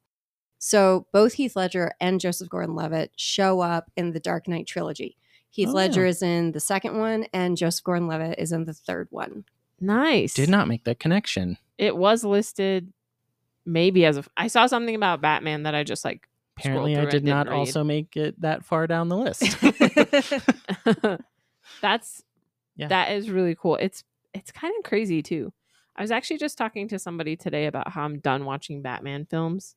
So both Heath Ledger and Joseph Gordon-Levitt show up in the Dark Knight trilogy. Heath
Oh, yeah.
Ledger is in the second one, and Joseph Gordon-Levitt is in the third one.
Nice.
did not make that connection
It was listed maybe as a. I saw something about Batman that I just like.
apparently
through
I
and
did not
didn't read.
also make it that far down the list
That's
Yeah.
that is really cool. It's it's kind of crazy too. I was actually just talking to somebody today about how I'm done watching Batman films,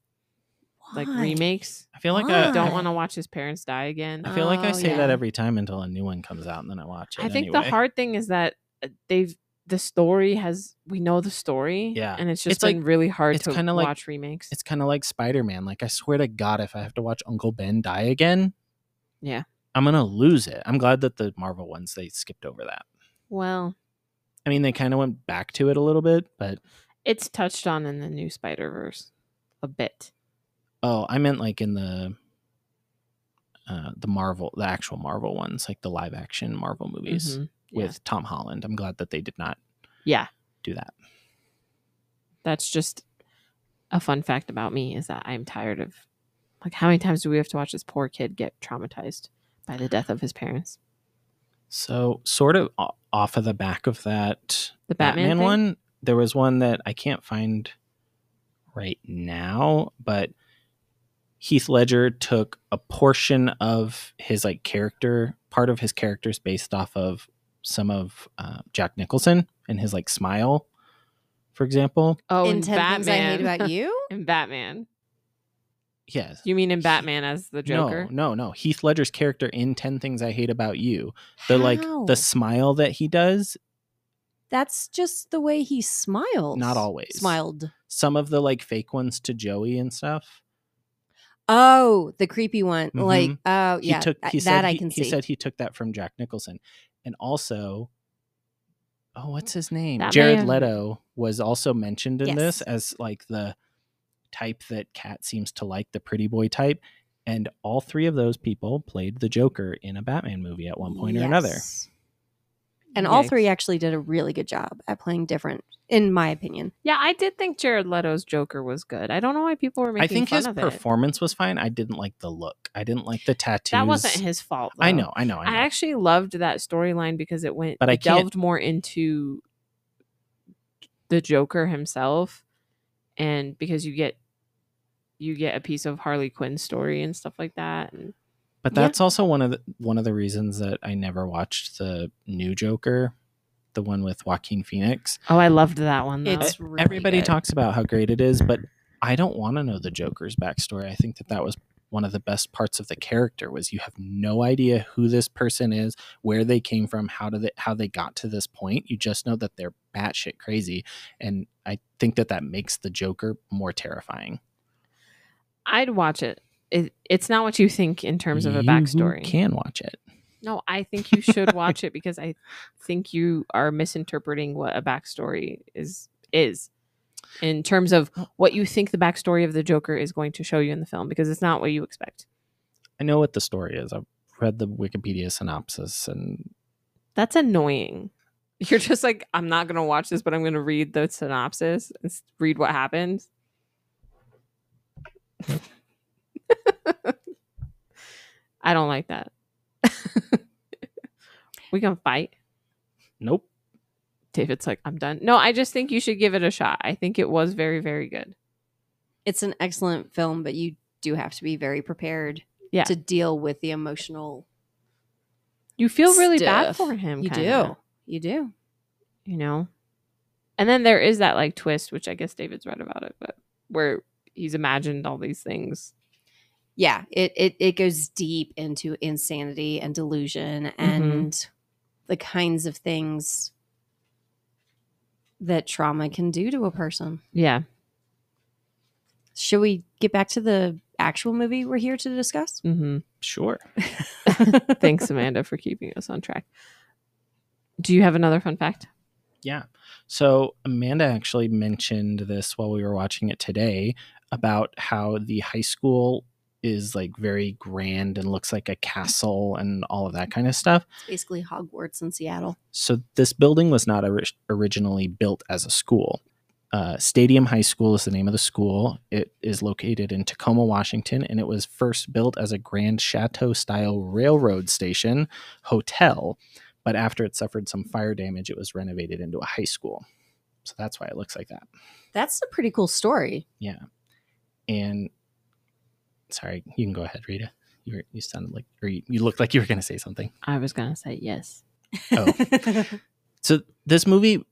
like
Why?
remakes.
I feel like
Why?
I
Don't want to watch his parents die again.
I feel like I
Oh,
say
yeah.
that every time until a new one comes out and then I watch it
I think
anyway.
the hard thing is that uh, they've the story has we know the story,
Yeah.
and it's just
It's
been
like-
really hard
it's
to
kinda like-
watch remakes.
it's kind of like Spider-Man like I swear to god if I have to watch Uncle Ben die again
Yeah.
I'm going to lose it. I'm glad that the Marvel ones they skipped over that.
Well,
I mean, they kind of went back to it a little bit, but
it's touched on in the new Spider Verse a bit.
oh, I meant like in the uh the Marvel, the actual Marvel ones, like the live action Marvel movies
Mhm. Yeah.
with Tom Holland. I'm glad that they did not
yeah,
do that.
that's just a fun fact about me is that I'm tired of like how many times do we have to watch this poor kid get traumatized by the death of his parents?
So, sort of o- off of the back of that
The Batman, thing?
one, there was one that I can't find right now, but Heath Ledger took a portion of his like character, part of his characters based off of some of uh, Jack Nicholson and his like smile, for example.
Oh,
in
and
10
Batman.
Things I Hate About You?
in Batman.
Yes.
You mean in Batman as the Joker?
No, no, no. Heath Ledger's character in 10 Things I Hate About You. The like the smile that he does,
That's just the way he smiles.
Not always.
Smiled.
some of the like fake ones to Joey and stuff.
Oh, the creepy one. Like,
Mhm.
oh,
He
yeah.
took
that
he
that
said
I
he,
can
he
see.
said he took that from Jack Nicholson. And also Oh, what's his name?
That may
Jared
have-
Leto was also mentioned in this
Yes.
as like the type that Kat seems to like, the pretty boy type. And all three of those people played the Joker in a Batman movie at one point or another.
Yes. And all
Yikes.
three actually did a really good job at playing different, in my opinion.
Yeah, I did think Jared Leto's Joker was good. I don't know why people were making
I think
fun
his
of
performance was fine. I didn't like the look. I didn't like the
it.
tattoos.
That wasn't his fault.
I
though.
know, I know, I
I,
know.
actually loved that storyline because it went
But I
it
can't-
delved more into the Joker himself and because you get you get a piece of Harley Quinn's story and stuff like that. And
but
yeah.
that's also one of the one of the reasons that I never watched the new Joker, the one with Joaquin Phoenix.
oh, I loved that one. Though.
It's
E-
really
Everybody
good.
talks about how great it is, but I don't want to know the Joker's backstory. I think that that was one of the best parts of the character was you have no idea who this person is, where they came from, how did they, how they got to this point. You just know that they're batshit crazy, and I think that that makes the Joker more terrifying.
I'd watch it. it. It's not what you think in terms of a
You
backstory.
can watch it.
No, I think you should watch it because I think you are misinterpreting what a backstory is is in terms of what you think the backstory of the Joker is going to show you in the film because it's not what you expect.
I know what the story is. I've read the Wikipedia synopsis and
That's annoying. You're just like, I'm not going to watch this, but I'm going to read the synopsis and s- read what happened. I don't like that. we can fight.
nope.
David's like, I'm done. No, I just think you should give it a shot. I think it was very, very good.
It's an excellent film, but you do have to be very prepared
Yeah.
to deal with the emotional.
You feel really bad
Stuff.
for him.
you
kinda,
do. You do.
You know? And then there is that like twist, which I guess David's right about it, but where he's imagined all these things.
yeah it it, it goes deep into insanity and delusion
Mm-hmm.
and the kinds of things that trauma can do to a person
Yeah.
should we get back to the actual movie we're here to discuss
Mm-hmm.
Sure.
Thanks, Amanda, for keeping us on track. Do you have another fun fact?
Yeah. So Amanda actually mentioned this while we were watching it today about how the high school is like very grand and looks like a castle and all of that kind of stuff.
basically hogwarts in seattle
So this building was not ori- originally built as a school. Uh, Stadium High School is the name of the school. It is located in Tacoma, Washington, and it was first built as a Grand Chateau style railroad station hotel. But after it suffered some fire damage, it was renovated into a high school. So that's why it looks like that.
that's a pretty cool story
And sorry, you can go ahead, Rita. You, were, you sounded like, or you, you looked like you were going to say something.
I was gonna say yes.
Oh. So this movie,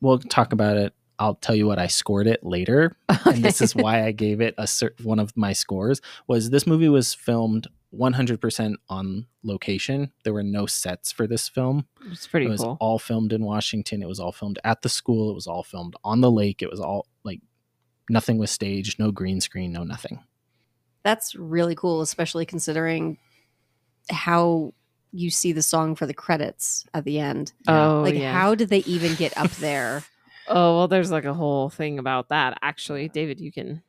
we'll talk about it. I'll tell you what I scored it later, and this is why I gave it a cer- one of my scores. Was this movie was filmed 100% on location? There were no sets for this film.
it's pretty
it was
cool.
all filmed in Washington. It was all filmed at the school. It was all filmed on the lake. It was all like nothing was staged, no green screen, no nothing.
that's really cool especially considering how you see the song for the credits at the end
Oh,
like
yeah.
how did they even get up there
oh well, there's like a whole thing about that. Actually, David, you can.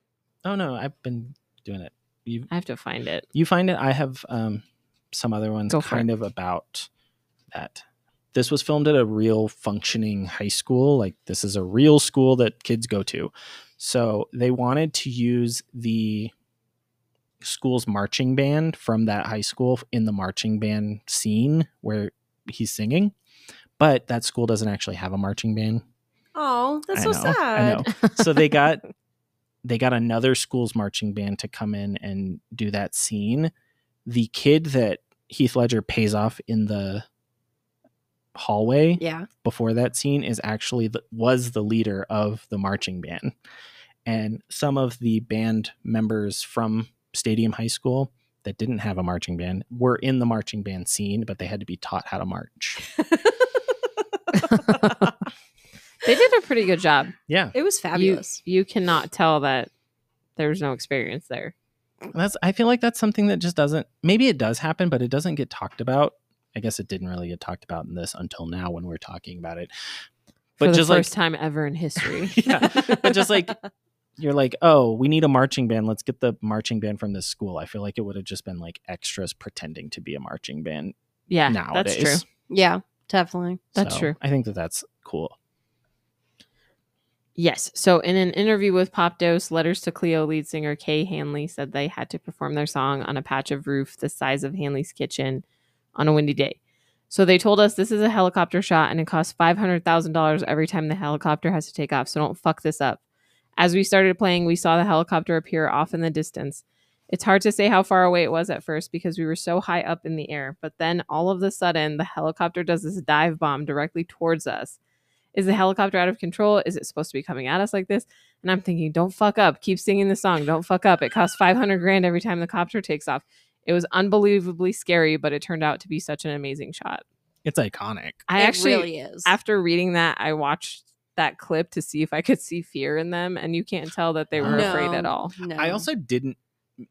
Oh no, I've been doing it. You
I have to find it.
You find it. I have um, some other ones
Go for
kind
it.
of about that. This was filmed at a real functioning high school. Like, this is a real school that kids go to. So, they wanted to use the school's marching band from that high school in the marching band scene where he's singing. But that school doesn't actually have a marching band
oh that's so
know,
sad
I know. So they got they got another school's marching band to come in and do that scene. The kid that Heath Ledger pays off in the hallway
yeah
before that scene is actually the, was the leader of the marching band. And some of the band members from Stadium High School that didn't have a marching band were in the marching band scene, but they had to be taught how to march.
They did a pretty good job.
Yeah.
It was fabulous.
You cannot tell that there's no experience there.
That's I feel like that's something that just doesn't maybe it does happen, but it doesn't get talked about. I guess it didn't really get talked about in this until now when we're talking about it.
for
But
the
just like
first time ever in history.
yeah. But just like you're like, oh, we need a marching band. Let's get the marching band from this school. I feel like it would have just been like extras pretending to be a marching band
yeah,
nowadays.
that's true.
yeah, definitely.
That's true.
I think that that's cool.
Yes. So in an interview with Pop Dose, Letters to Cleo lead singer Kay Hanley said they had to perform their song on a patch of roof the size of Hanley's kitchen on a windy day. So they told us this is a helicopter shot and it costs $500,000 every time the helicopter has to take off. So don't fuck this up. As we started playing, we saw the helicopter appear off in the distance. It's hard to say how far away it was at first because we were so high up in the air, but then all of a sudden the helicopter does this dive bomb directly towards us. Is the helicopter out of control? Is it supposed to be coming at us like this? And I'm thinking, don't fuck up. Keep singing the song. Don't fuck up. It costs 500 grand every time the copter takes off. It was unbelievably scary, but it turned out to be such an amazing shot.
It's iconic.
I
it
actually
really is.
after reading that, I watched that clip to see if I could see fear in them, and you can't tell that they were afraid at
No,
all.
no.
I also didn't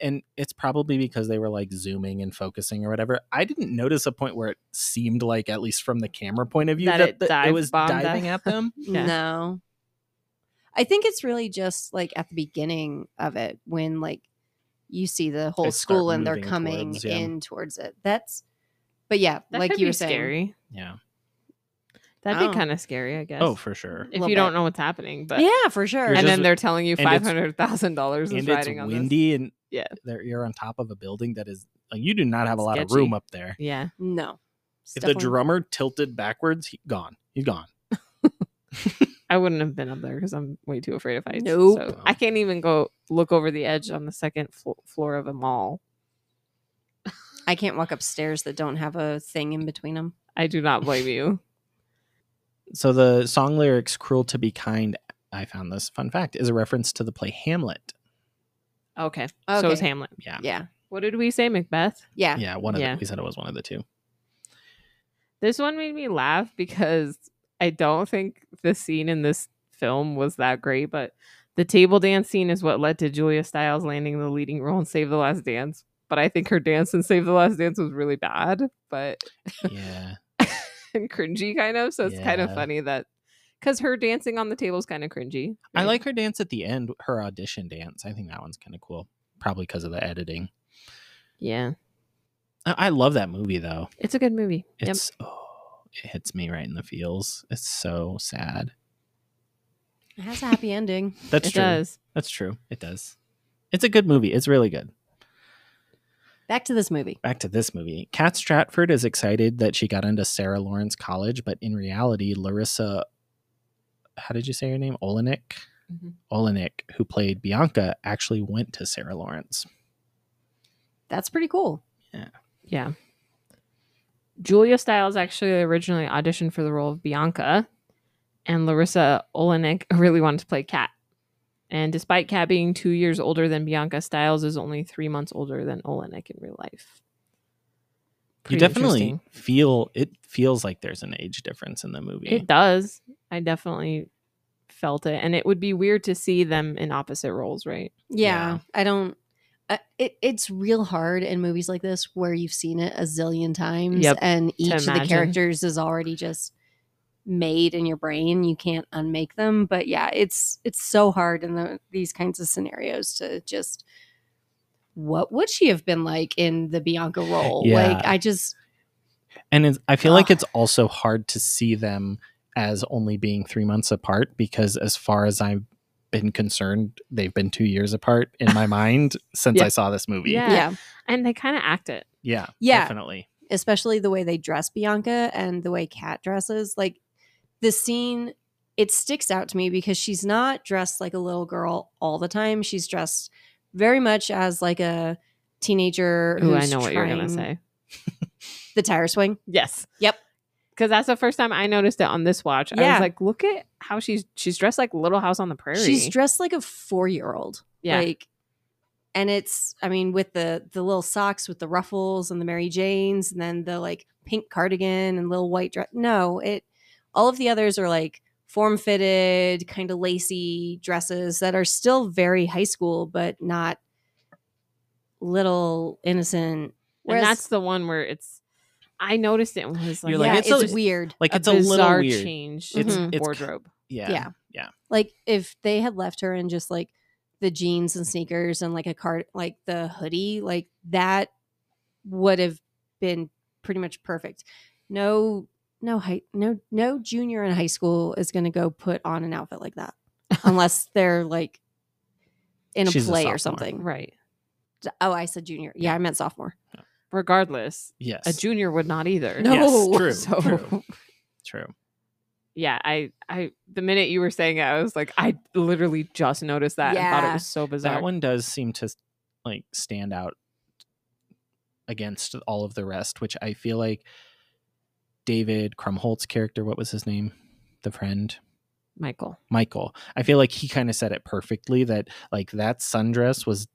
and it's probably because they were like zooming and focusing or whatever. I didn't notice a point where it seemed like, at least from the camera point of view,
That
that,
it
that it
dive
was
bombed us.
diving at them.
Yeah.
No. I think it's really just like at the beginning of it when like you see the whole
They start
school and they're
moving
coming
towards, yeah.
in towards it. That's but yeah,
That
like
could
you
be
were saying.
scary.
Yeah.
That'd
Oh.
be kind of scary, I guess.
Oh, for sure.
if
Little
you don't
bit.
know what's happening, but
yeah, for sure.
You're
and
just-
then they're telling you
and it's-
five hundred thousand dollars is
and it's
riding on this.
windy and
Yeah.
there you're on top of a building that is like you do not have a lot of
Sketchy.
room up there.
Yeah,
no. It's
If
definitely-
the drummer tilted backwards, he gone. He's gone.
I wouldn't have been up there because I'm way too afraid of heights.
Nope.
So I can't even go look over the edge on the second flo- floor of a mall.
I can't walk upstairs that don't have a thing in between them.
I do not blame you.
So the song lyrics "Cruel to be kind," I found this fun fact is a reference to the play Hamlet.
Okay. So is
Okay.
Hamlet.
Yeah.
Yeah.
What did we say, Macbeth?
Yeah.
Yeah, one of
Ah, Yeah.
the, we said it was one of the two.
This one made me laugh because I don't think the scene in this film was that great, but the table dance scene is what led to Julia Stiles landing the leading role in Save the Last Dance. But I think her dance in Save the Last Dance was really bad, but
Yeah.
and cringy kind of. So it's kind of
Yeah.
funny that because her dancing on the table is kind of cringy.
I
right?
like her dance at the end, her audition dance. I think that one's kind of cool. Probably because of the editing.
Yeah,
I, I love that movie though.
it's a good movie. Yep.
It's oh, it hits me right in the feels. It's so sad.
It has a happy ending.
That's
It
true.
does.
That's true. It does. It's a good movie. It's really good.
Back to this movie.
Back to this movie. Kat Stratford is excited that she got into Sarah Lawrence College, but in reality, Larissa, how did you say her name? Olenek?
Mhm.
Olenek, who played Bianca, actually went to Sarah Lawrence.
That's pretty cool.
Yeah. Julia Stiles actually originally auditioned for the role of Bianca, and Larissa Olenek really wanted to play Kat. And despite Kat being two years older than Bianca, Stiles is only three months older than Olenek in real life.
You
Pretty
definitely
interesting.
feel it feels like there's an age difference in the movie.
It does. I definitely felt it, and it would be weird to see them in opposite roles, right?
Yeah,
Yeah.
I don't. I it, it's real hard in movies like this where you've seen it a zillion times,
Yep,
and each of the
imagine.
characters is already just made in your brain. You can't unmake them. But yeah, it's it's so hard in the, these kinds of scenarios to just what would she have been like in the Bianca role?
Yeah.
Like I just
And it's, I feel like
Ah.
Ugh.
it's also hard to see them as only being three months apart because, as far as I've been concerned, they've been two years apart in my mind since
Yeah.
I saw this movie.
Yeah.
yeah, yeah,
And they kind of act it.
yeah.
definitely.
especially the way they dress Bianca and the way Kat dresses. Like the scene, it sticks out to me because she's not dressed like a little girl all the time. She's dressed very much as like a teenager.
Ooh, I
who's
know what you're gonna
trying
say.
The tire swing.
Yes.
Yep.
because that's the first time I noticed it on this watch. I
Yeah.
was like, look at how she's she's dressed like Little House on the Prairie.
She's dressed like a four year old.
yeah,
Like, and it's, I mean, with the the little socks with the ruffles and the Mary Janes, and then the like pink cardigan and little white dress. No, it. All of the others are like form fitted, kind of lacy dresses that are still very high school, but not little innocent.
and that's the one where it's. I noticed it and was like,
You're
yeah,
like,
it's,
it's a-
weird.
Like it's a little
bizarre
weird.
change.
It's
in
Mhm.
it's
wardrobe.
yeah.
Yeah.
yeah.
Like if they had left her in just like the jeans and sneakers and like a card, like the hoodie, like that would have been pretty much perfect. No, no high, no, no junior in high school is going to go put on an outfit like that unless they're like in a
She's a
play
sophomore.
or something.
right.
Oh, I said junior. Yeah, I meant sophomore.
Regardless,
Yes.
a junior would not either.
No. Yes, true,
So
true. True.
yeah, I, I, the minute you were saying it, I was like, I literally just noticed that and thought
Yeah.
it was so bizarre.
That one does seem to like stand out against all of the rest, which I feel like David Krumholtz character, what was his name? The friend.
Michael.
Michael. I feel like he kind of said it perfectly that like that sundress was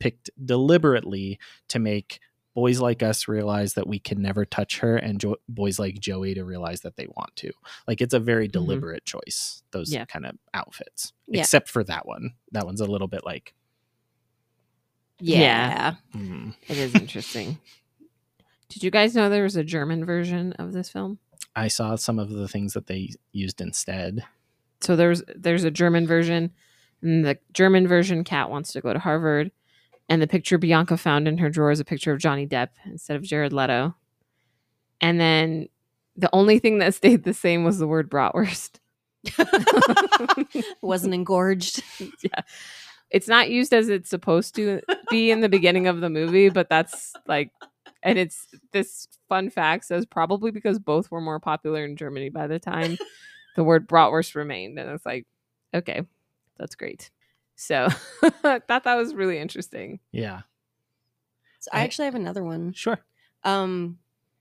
picked deliberately to make boys like us realize that we can never touch her and jo- boys like Joey to realize that they want to. Like it's a very
Mhm.
deliberate choice those
Yeah.
kind of outfits.
Yeah.
Except for that one. That one's a little bit like
Yeah.
yeah.
mm.
It is interesting. Did you guys know there was a German version of this film?
I saw some of the things that they used instead.
so there's there's a German version, and the German version, Kat wants to go to Harvard, and the picture Bianca found in her drawer is a picture of Johnny Depp instead of Jared Leto, and then the only thing that stayed the same was the word bratwurst.
Wasn't engorged.
yeah, it's not used as it's supposed to be in the beginning of the movie, but that's like, and it's this fun fact says probably because both were more popular in Germany by the time the word bratwurst remained. And it's like, okay, that's great. So I thought that was really interesting.
Yeah.
So I
I-
actually have another one.
Sure.
Um,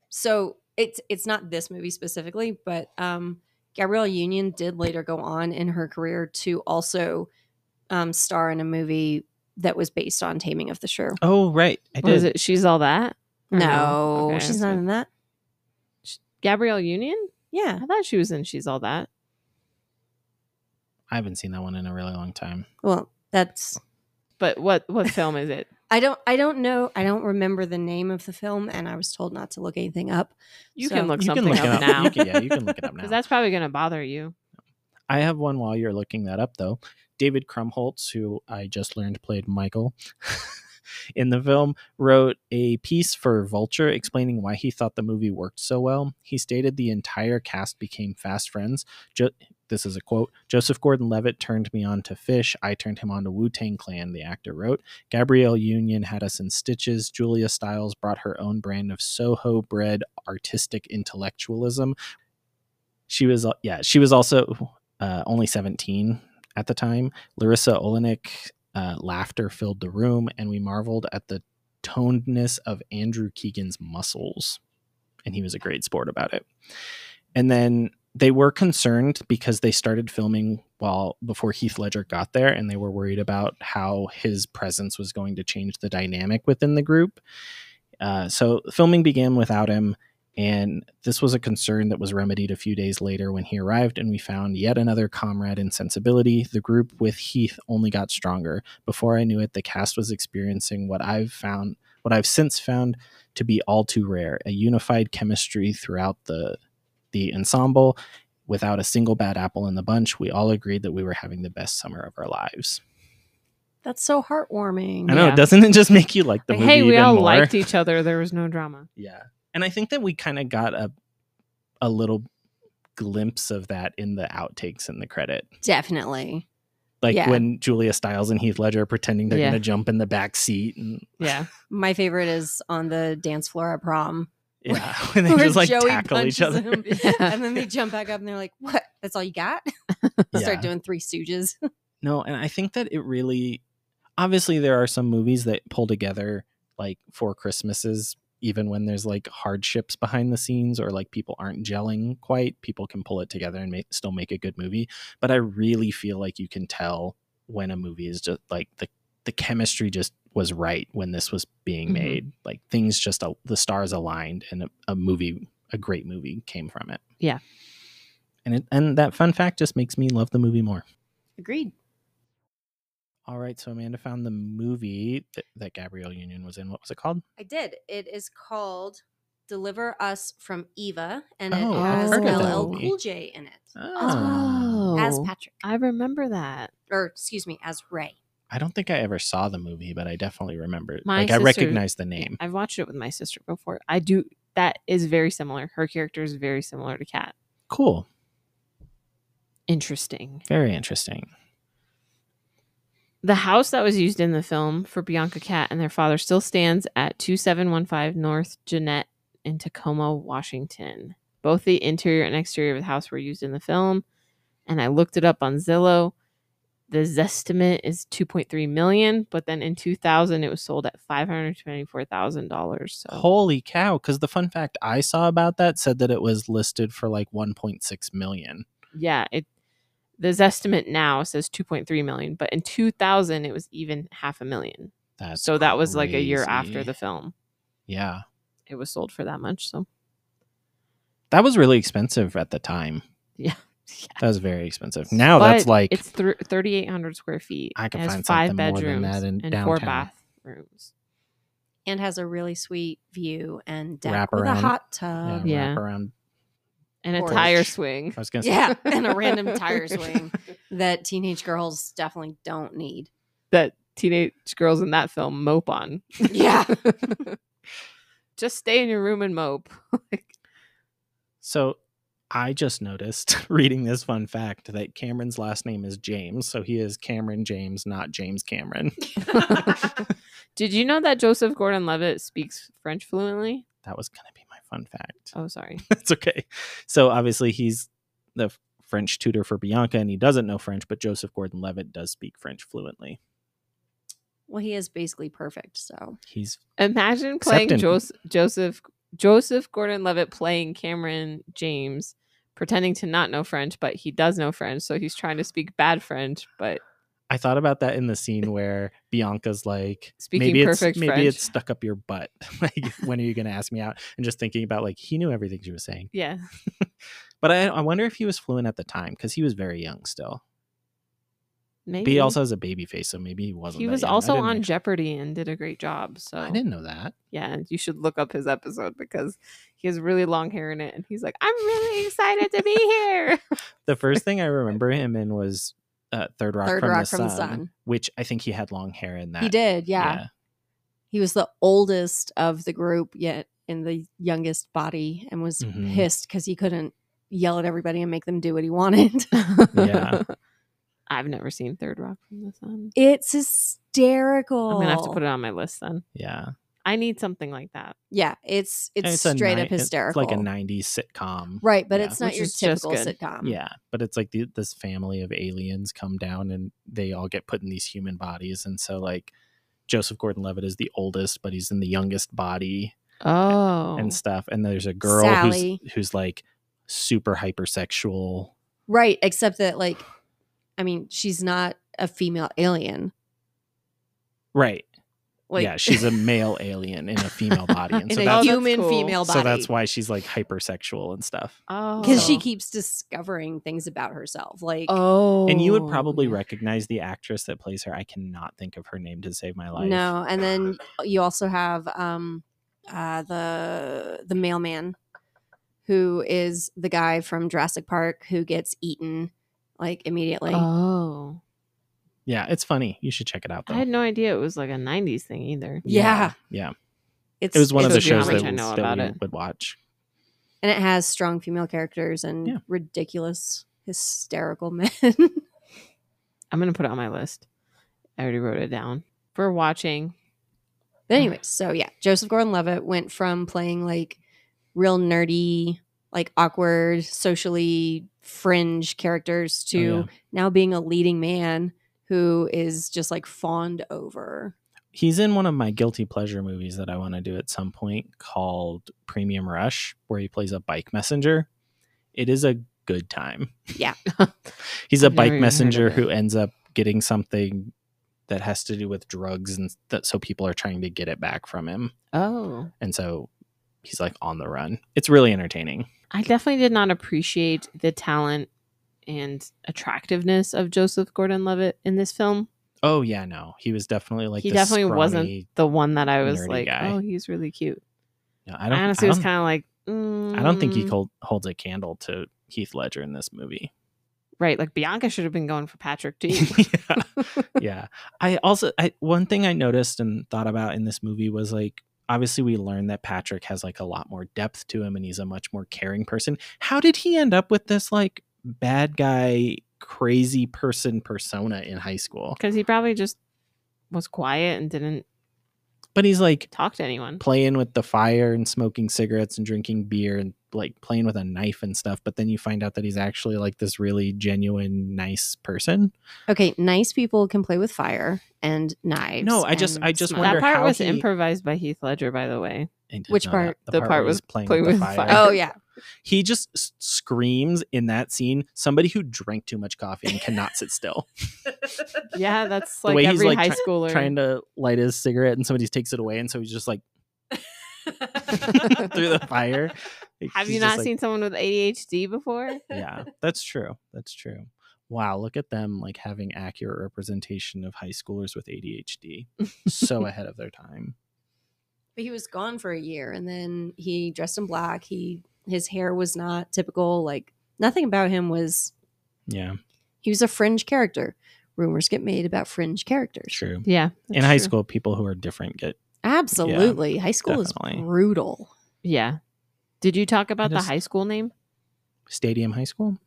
so it's it's not this movie specifically, but um, Gabrielle Union did later go on in her career to also um, star in a movie that was based on Taming of the Shrew.
Oh right. I
What is
did.
it? She's all that?
Mm-hmm.
Or
No,
Okay,
she's not
so-
in that.
Gabrielle Union?
Yeah,
I thought she was in She's All That.
I haven't seen that one in a really long time.
well, that's
But what what film is it?
I don't I don't know I don't remember the name of the film, and I was told not to look anything up.
You
So-
can look
you
something
can look
up,
it up.
now.
You can- yeah, you can look it up now.
Because that's probably going to bother you.
I have one while you're looking that up, though. David Krumholtz, who I just learned played Michael in the film, wrote a piece for Vulture explaining why he thought the movie worked so well. He stated the entire cast became fast friends. Jo- this is a quote Joseph Gordon Levitt turned me on to Fish. I turned him on to Wu Tang Clan, the actor wrote. Gabrielle Union had us in stitches. Julia Stiles brought her own brand of Soho bred artistic intellectualism. She was, al- yeah, she was also uh, only 17 at the time. Larissa Olenek, uh, laughter filled the room, and we marveled at the tonedness of Andrew Keegan's muscles. And he was a great sport about it. And then they were concerned because they started filming while before Heath Ledger got there, and they were worried about how his presence was going to change the dynamic within the group. Uh, so filming began without him, and this was a concern that was remedied a few days later when he arrived, and we found yet another comrade in sensibility. The group with Heath only got stronger. Before I knew it, the cast was experiencing what I've found, what I've since found to be all too rare a unified chemistry throughout the, the ensemble. Without a single bad apple in the bunch, we all agreed that we were having the best summer of our lives.
That's so heartwarming.
I know,
Yeah.
doesn't it just make you like the movie
hey, we
even
all
more?
liked each other. There was no drama.
Yeah. And I think that we kind of got a a little glimpse of that in the outtakes and the credit.
Definitely.
Like
Yeah.
when Julia Stiles and Heath Ledger are pretending they're
Yeah.
going to jump in the back seat and
Yeah.
My favorite is on the dance floor at prom.
yeah, when they
where
just like
Joey
tackle each
punches
other.
him,
Yeah.
and then they jump back up and they're like, "What? That's all you got?"
Yeah.
Start doing Three Stooges.
No, and I think that it really obviously there are some movies that pull together like four Christmases even when there's like hardships behind the scenes or like people aren't gelling quite, people can pull it together and make, still make a good movie. But I really feel like you can tell when a movie is just like the the chemistry just was right when this was being
Mhm.
made. Like things just al- the stars aligned and a, a movie, a great movie, came from it.
Yeah.
and it, and that fun fact just makes me love the movie more.
Agreed.
All right, so Amanda found the movie that, that Gabrielle Union was in. What was it called?
I did. It is called Deliver Us from Eva, and
Oh,
it
I've
has
heard of that
LL
movie.
Cool J in it
Ah.
Oh.
as Patrick,
I remember that.
or excuse me, as Ray.
I don't think I ever saw the movie, but I definitely remember it.
My
like I
sister-
recognize the name.
I've watched it with my sister before. I do. That is very similar. Her character is very similar to Kat.
Cool.
Interesting.
Very interesting.
The house that was used in the film for Bianca Cat and their father still stands at 2715 North Jeanette in Tacoma, Washington. Both the interior and exterior of the house were used in the film, and I looked it up on Zillow. The estimate is 2.3 million, but then in 2000 it was sold at $524,000. So
Holy cow! Because the fun fact I saw about that said that it was listed for like 1.6 million.
yeah, it this estimate now says 2.3 million, but in 2000 it was even half a million.
That's
so that was like a year after
crazy.
the film.
Yeah,
It was sold for that much, so
that was really expensive at the time.
Yeah.
That was very expensive. Now Oh, that's
But
like
it's thr 3,800 square feet.
I could
It has
find
five
something more
bedrooms
than that in
and four
downtown.
bathrooms.
and has a really sweet view and deck with a
Wraparound.
hot
yeah,
tub.
uh, yeah.
wraparound.
And a
Porch.
tire swing.
I was gonna say
Yeah, and a random tire swing that teenage girls definitely don't need.
That teenage girls in that film mope on.
Yeah.
Just stay in your room and mope. Like,
So I just noticed reading this fun fact that Cameron's last name is James, so he is Cameron James, not James Cameron.
Did you know that Joseph Gordon Levitt speaks French fluently?
That was gonna be my fun fact.
Oh, sorry.
That's okay. So obviously he's the f- French tutor for Bianca, and he doesn't know French, but Joseph Gordon-Levitt does speak French fluently.
well, he is basically perfect. So
He's
Imagine playing
in-
Jos- Joseph Joseph Gordon Levitt playing Cameron James, pretending to not know French, but he does know French, so he's trying to speak bad French, but
I thought about that in the scene where Bianca's like,
Speaking
maybe it's
perfect
maybe
French.
it's stuck up your butt. like, when are you going to ask me out? And just thinking about like he knew everything she was saying,
yeah.
but I, I wonder if he was fluent at the time because he was very young still. But
Maybe
he also has a baby face, so maybe he wasn't.
he
that
was
young. I
also
didn't
on
actu-
Jeopardy and did a great job. So
I didn't know that.
yeah, you should look up his episode because he has really long hair in it, and he's like, "I'm really excited to be here."
The first thing I remember him in was uh, Third Rock,
Third
from,
Rock
the
from
sun,
the Sun.
which I think he had long hair in that.
he did. Yeah. He was the oldest of the group, yet in the youngest body, and was
Mhm.
pissed because he couldn't yell at everybody and make them do what he wanted.
Yeah.
I've never seen Third Rock from the Sun.
it's hysterical.
I'm gonna
Oh.
have to put it on my list then.
yeah.
I need something like that.
Yeah, it's
And
it's,
a
straight
ni-
up hysterical.
It's like a '90s sitcom,
Right, but
Yeah.
it's not
Which
your
is just
typical
good.
sitcom.
Yeah, but it's like the, this family of aliens come down and they all get put in these human bodies, and so like Joseph Gordon-Levitt is the oldest, but he's in the youngest body
Oh,
and stuff. And there's a girl
Sally.
who's who's like super hypersexual.
Right, except that like I mean, she's not a female alien.
Right.
Like
yeah, she's a male alien in a female body, and
In
so
a
that's,
human
human
cool.
female body.
so that's why she's like hypersexual and stuff.
oh,
because she
Oh.
keeps discovering things about herself. Like
Oh,
And you would probably recognize the actress that plays her. I cannot think of her name to save my life.
no, and then you also have um uh the the mailman who is the guy from Jurassic Park who gets eaten like immediately.
Uh,
Oh,
Yeah, it's funny. You should check it out though.
I had no idea it was like a '90s thing either.
yeah.
yeah.
It's
it was one of
it's
the
shows you how
shows
much
that,
I know
that
about
we
it.
would watch.
and it has strong female characters and
Yeah.
ridiculous hysterical men.
I'm gonna put it on my list. I already wrote it down for watching.
But anyway, so yeah, Joseph Gordon-Levitt went from playing like real nerdy, like awkward, socially fringe characters to
Oh, yeah.
now being a leading man who is just like fawned over.
he's in one of my guilty pleasure movies that I want to do at some point called Premium Rush, where he plays a bike messenger. It is a good time.
Yeah.
he's a
I've never even heard
bike
of
messenger
it.
who ends up getting something that has to do with drugs and that so people are trying to get it back from him.
Oh,
And so he's like on the run. It's really entertaining.
I definitely did not appreciate the talent and attractiveness of Joseph Gordon-Levitt in this film.
Oh yeah, no. He was definitely like
he
this
definitely
scrawny-
wasn't the one that I was
nerdy
like,
guy.
oh, he's really cute.
No, I
I,
don't
honestly
I
was
don't-
kind of like, mm.
I don't think he hold, holds a candle to Heath Ledger in this movie.
right. Like Bianca should have been going for Patrick Dean.
yeah. yeah. I also I one thing I noticed and thought about in this movie was like obviously we learned that Patrick has like a lot more depth to him and he's a much more caring person. How did he end up with this like bad guy crazy person persona in high school?
because he probably just was quiet and didn't
But he's like
talk to anyone.
playing with the fire and smoking cigarettes and drinking beer and like playing with a knife and stuff, but then you find out that he's actually like this really genuine nice person.
Okay, nice people can play with fire and knives.
No, I just-
and
I just
smoke.
wonder
That part
how
was
he-
improvised by Heath Ledger, by the way.
I did
Which
know
part?
that.
The part
where
was
he's playing,
playing
with, the
with
fire.
fire.
Oh yeah,
He just s- screams in that scene. Somebody who drank too much coffee and cannot sit still,
Yeah, that's
The
like
way he's,
every
like,
high
try-
schooler.
trying to light his cigarette, and somebody takes it away, and so he's just like through the fire. Like,
Have
he's
you
just
not
like-
seen someone with ADHD before?
Yeah, that's true. That's true. Wow, look at them like having accurate representation of high schoolers with ADHD. so ahead of their time.
but he was gone for a year, and then he dressed in black. He his hair was not typical. Like nothing about him was.
Yeah,
He was a fringe character. Rumors get made about fringe characters.
true.
Yeah.
In high school, people who are different get
Absolutely, high school
definitely.
is brutal.
Yeah. Did you talk about
just-
the high school name?
stadium high school.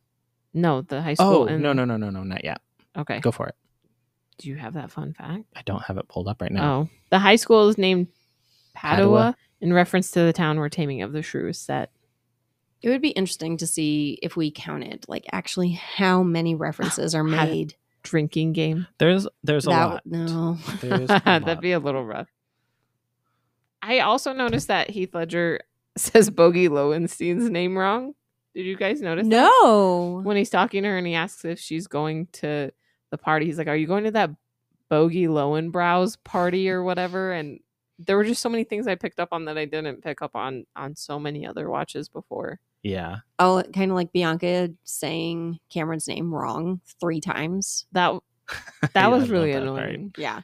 No, the high school.
Oh
and-
no no no no no not yet.
Okay.
Go for it.
Do you have that fun fact?
I don't have it pulled up right now.
Oh, the high school is named Padua,
Padua.
in reference to the town where Taming of the Shrew is set.
It would be interesting to see if we counted, like, actually how many references are
How-
made.
Drinking game.
There's there's a
That-
lot.
No.
There's a
That'd
lot.
be a little rough. I also noticed that Heath Ledger says Bogey Lowenstein's name wrong. Did you guys notice? that?
No.
When he's talking to her and he asks if she's going to the party, he's like, "Are you going to that Bogey Lowenbrow's party or whatever?" And there were just so many things I picked up on that I didn't pick up on on so many other watches before.
yeah.
Oh, kind of like Bianca saying Cameron's name wrong three times.
That
Yeah,
that
I
was really
love that part.
annoying.
Yeah.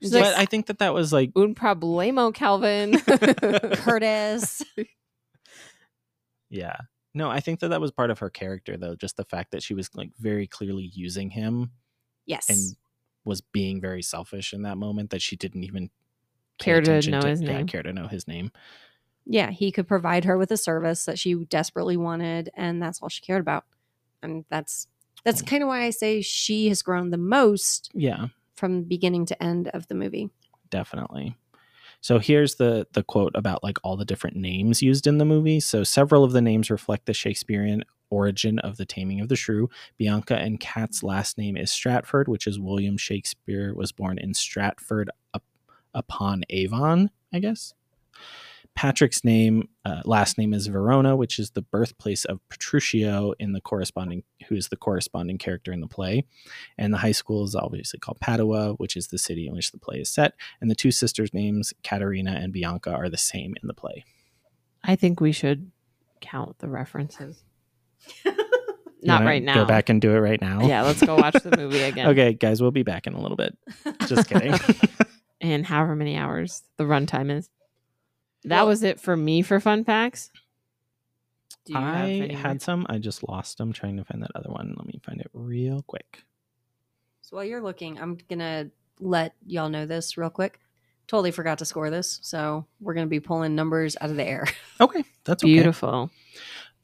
She's
But
like,
I think that that was like
Un problemo, Calvin.
Curtis.
yeah. No, I think that that was part of her character though, just the fact that she was like very clearly using him
Yes.
and was being very selfish in that moment that she didn't even pay
Care to
attention
know his
yeah,
name.
care to know his name.
yeah, he could provide her with a service that she desperately wanted, and that's all she cared about. And that's that's
Hmm.
kind of why I say she has grown the most
Yeah,
from beginning to end of the movie.
definitely. So here's the the quote about like all the different names used in the movie. So several of the names reflect the Shakespearean origin of the Taming of the Shrew. Bianca and Kat's last name is Stratford, which is William Shakespeare was born in Stratford up, upon Avon, I guess. Patrick's name uh, last name is Verona, which is the birthplace of Petruchio in the corresponding who is the corresponding character in the play. And the high school is obviously called Padua, which is the city in which the play is set. And the two sisters' names, Katerina and Bianca, are the same in the play.
I think we should count the references.
You
Not
wanna
right now.
Go back and do it right now.
Yeah, let's go watch the movie again.
Okay, guys, we'll be back in a little bit. Just kidding.
And however many hours the runtime is. That was it for me for fun facts. Do you have
I
any more?
had some. I just lost them trying to find that other one. Let me find it real quick.
So while you're looking, I'm gonna let y'all know this real quick. Totally forgot to score this, so we're gonna be pulling numbers out of the air.
Okay, that's okay.
beautiful.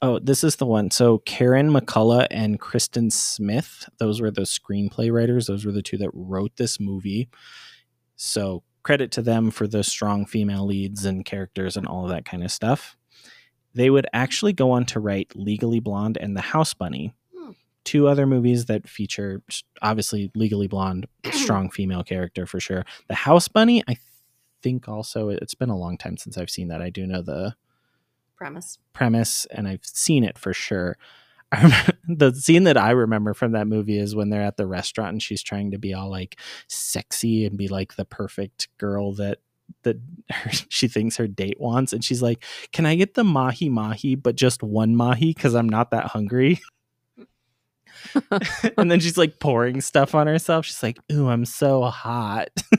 Oh, this is the one. So Karen McCullough and Kristen Smith, those were the screenplay writers. Those were the two that wrote this movie. So credit to them for the strong female leads and characters and all of that kind of stuff. They would actually go on to write Legally Blonde and The House Bunny.
Hmm.
two other movies that feature obviously Legally Blonde, strong female character for sure. The House Bunny, I think also it's been a long time since I've seen that. I do know the
premise.
premise and I've seen it for sure. I remember, the scene that I remember from that movie is when they're at the restaurant and she's trying to be all like sexy and be like the perfect girl that that her, she thinks her date wants and she's like, "Can I get the mahi mahi but just one mahi cuz I'm not that hungry?" and then she's like pouring stuff on herself. She's like, "Ooh, I'm so hot."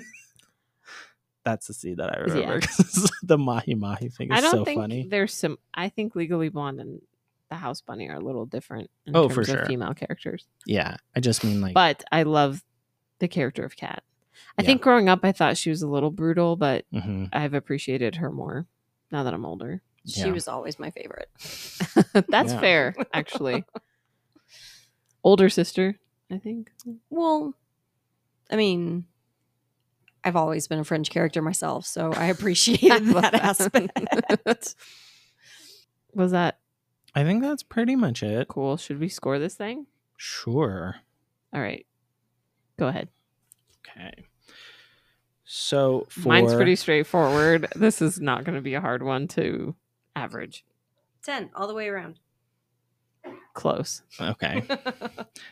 That's the scene that I
Yeah.
remember. 'cause the mahi mahi thing is
I don't
so
think
funny.
there's some. I think Legally Blonde and The House Bunny are a little different in
Oh,
terms
for
of
sure.
female characters.
Yeah, I just mean like
But I love the character of Kat. I
Yeah.
think growing up, I thought she was a little brutal, but
Mhm.
I've appreciated her more now that I'm older.
She
Yeah.
was always my favorite.
That's
Yeah.
fair, actually. older sister, I think.
Well, I mean, I've always been a fringe character myself, so I appreciated
I love
that
that.
aspect.
Was that
I think that's pretty much it.
cool? Should we score this thing?
Sure.
All right, go ahead.
Okay. So for
Mine's pretty straightforward. This is not going to be a hard one to average.
Ten all the way around.
Close.
okay.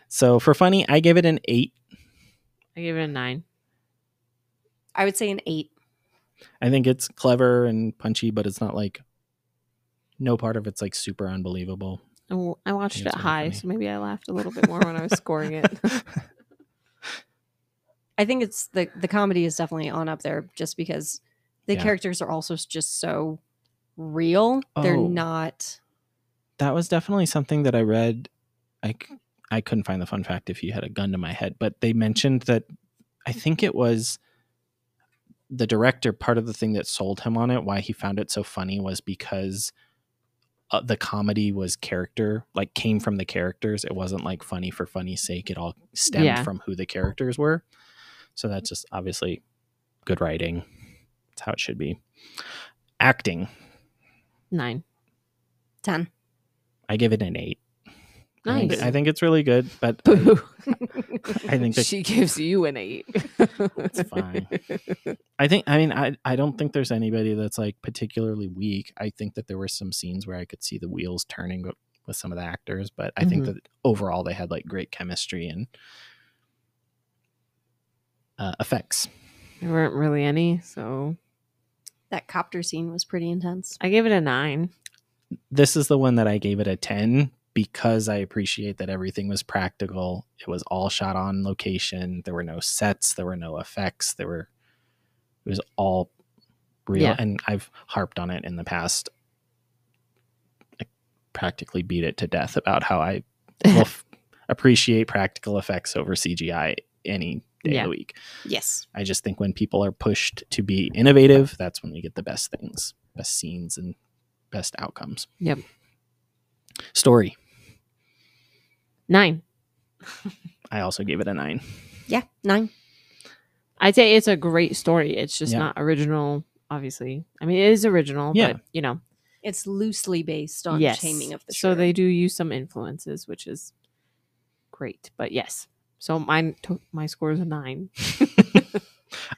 so for funny, I give it an eight.
I gave it a nine.
I would say an eight.
I think it's clever and punchy, but it's not like no part of it's like super unbelievable.
I w- I watched
think
it
it's really
high,
funny.
so maybe I laughed a little bit more when I was scoring it.
I think it's the the comedy is definitely on up there just because the
Yeah.
characters are also s- just so real. They're
Oh.
not
that was definitely something that I read. I, c- I couldn't find the fun fact if you had a gun to my head, but they mentioned that I think it was the director. Part of the thing that sold him on it, why he found it so funny, was because uh, the comedy was character, like came from the characters. It wasn't like funny for funny's sake. It all stemmed
Yeah.
from who the characters were. So that's just obviously good writing. That's how it should be. Acting,
Nine.
ten.
I give it an eight. I think-
Nice.
I think it's really good, but I-
Boo.
I think that-
she gives you an eight.
It's fine. I think I mean I I don't think there's anybody that's like particularly weak. I think that there were some scenes where I could see the wheels turning with- with some of the actors, but I think
Mhm.
that overall they had like great chemistry and uh, effects.
There weren't really any, so
That copter scene was pretty intense.
I gave it a nine.
This is the one that I gave it a 10 because I appreciate that everything was practical. It was all shot on location. There were no sets, there were no effects, there were it was all real
Yeah.
and I've harped on it in the past. I practically beat it to death about how I will f- appreciate practical effects over CGI any day
Yeah.
of the week.
Yes.
I just think when people are pushed to be innovative, that's when we get the best things, best scenes, and best outcomes.
Yep.
Story.
Nine.
I also gave it a nine.
Yeah. Nine.
I'd say it's a great story. It's just
Yeah.
not original, obviously. I mean, it is original,
Yeah.
but you know,
It's loosely based on
yes.
Taming of the Shrew.
so they do use some influences, which is great. But yes, so mine to my score is a nine.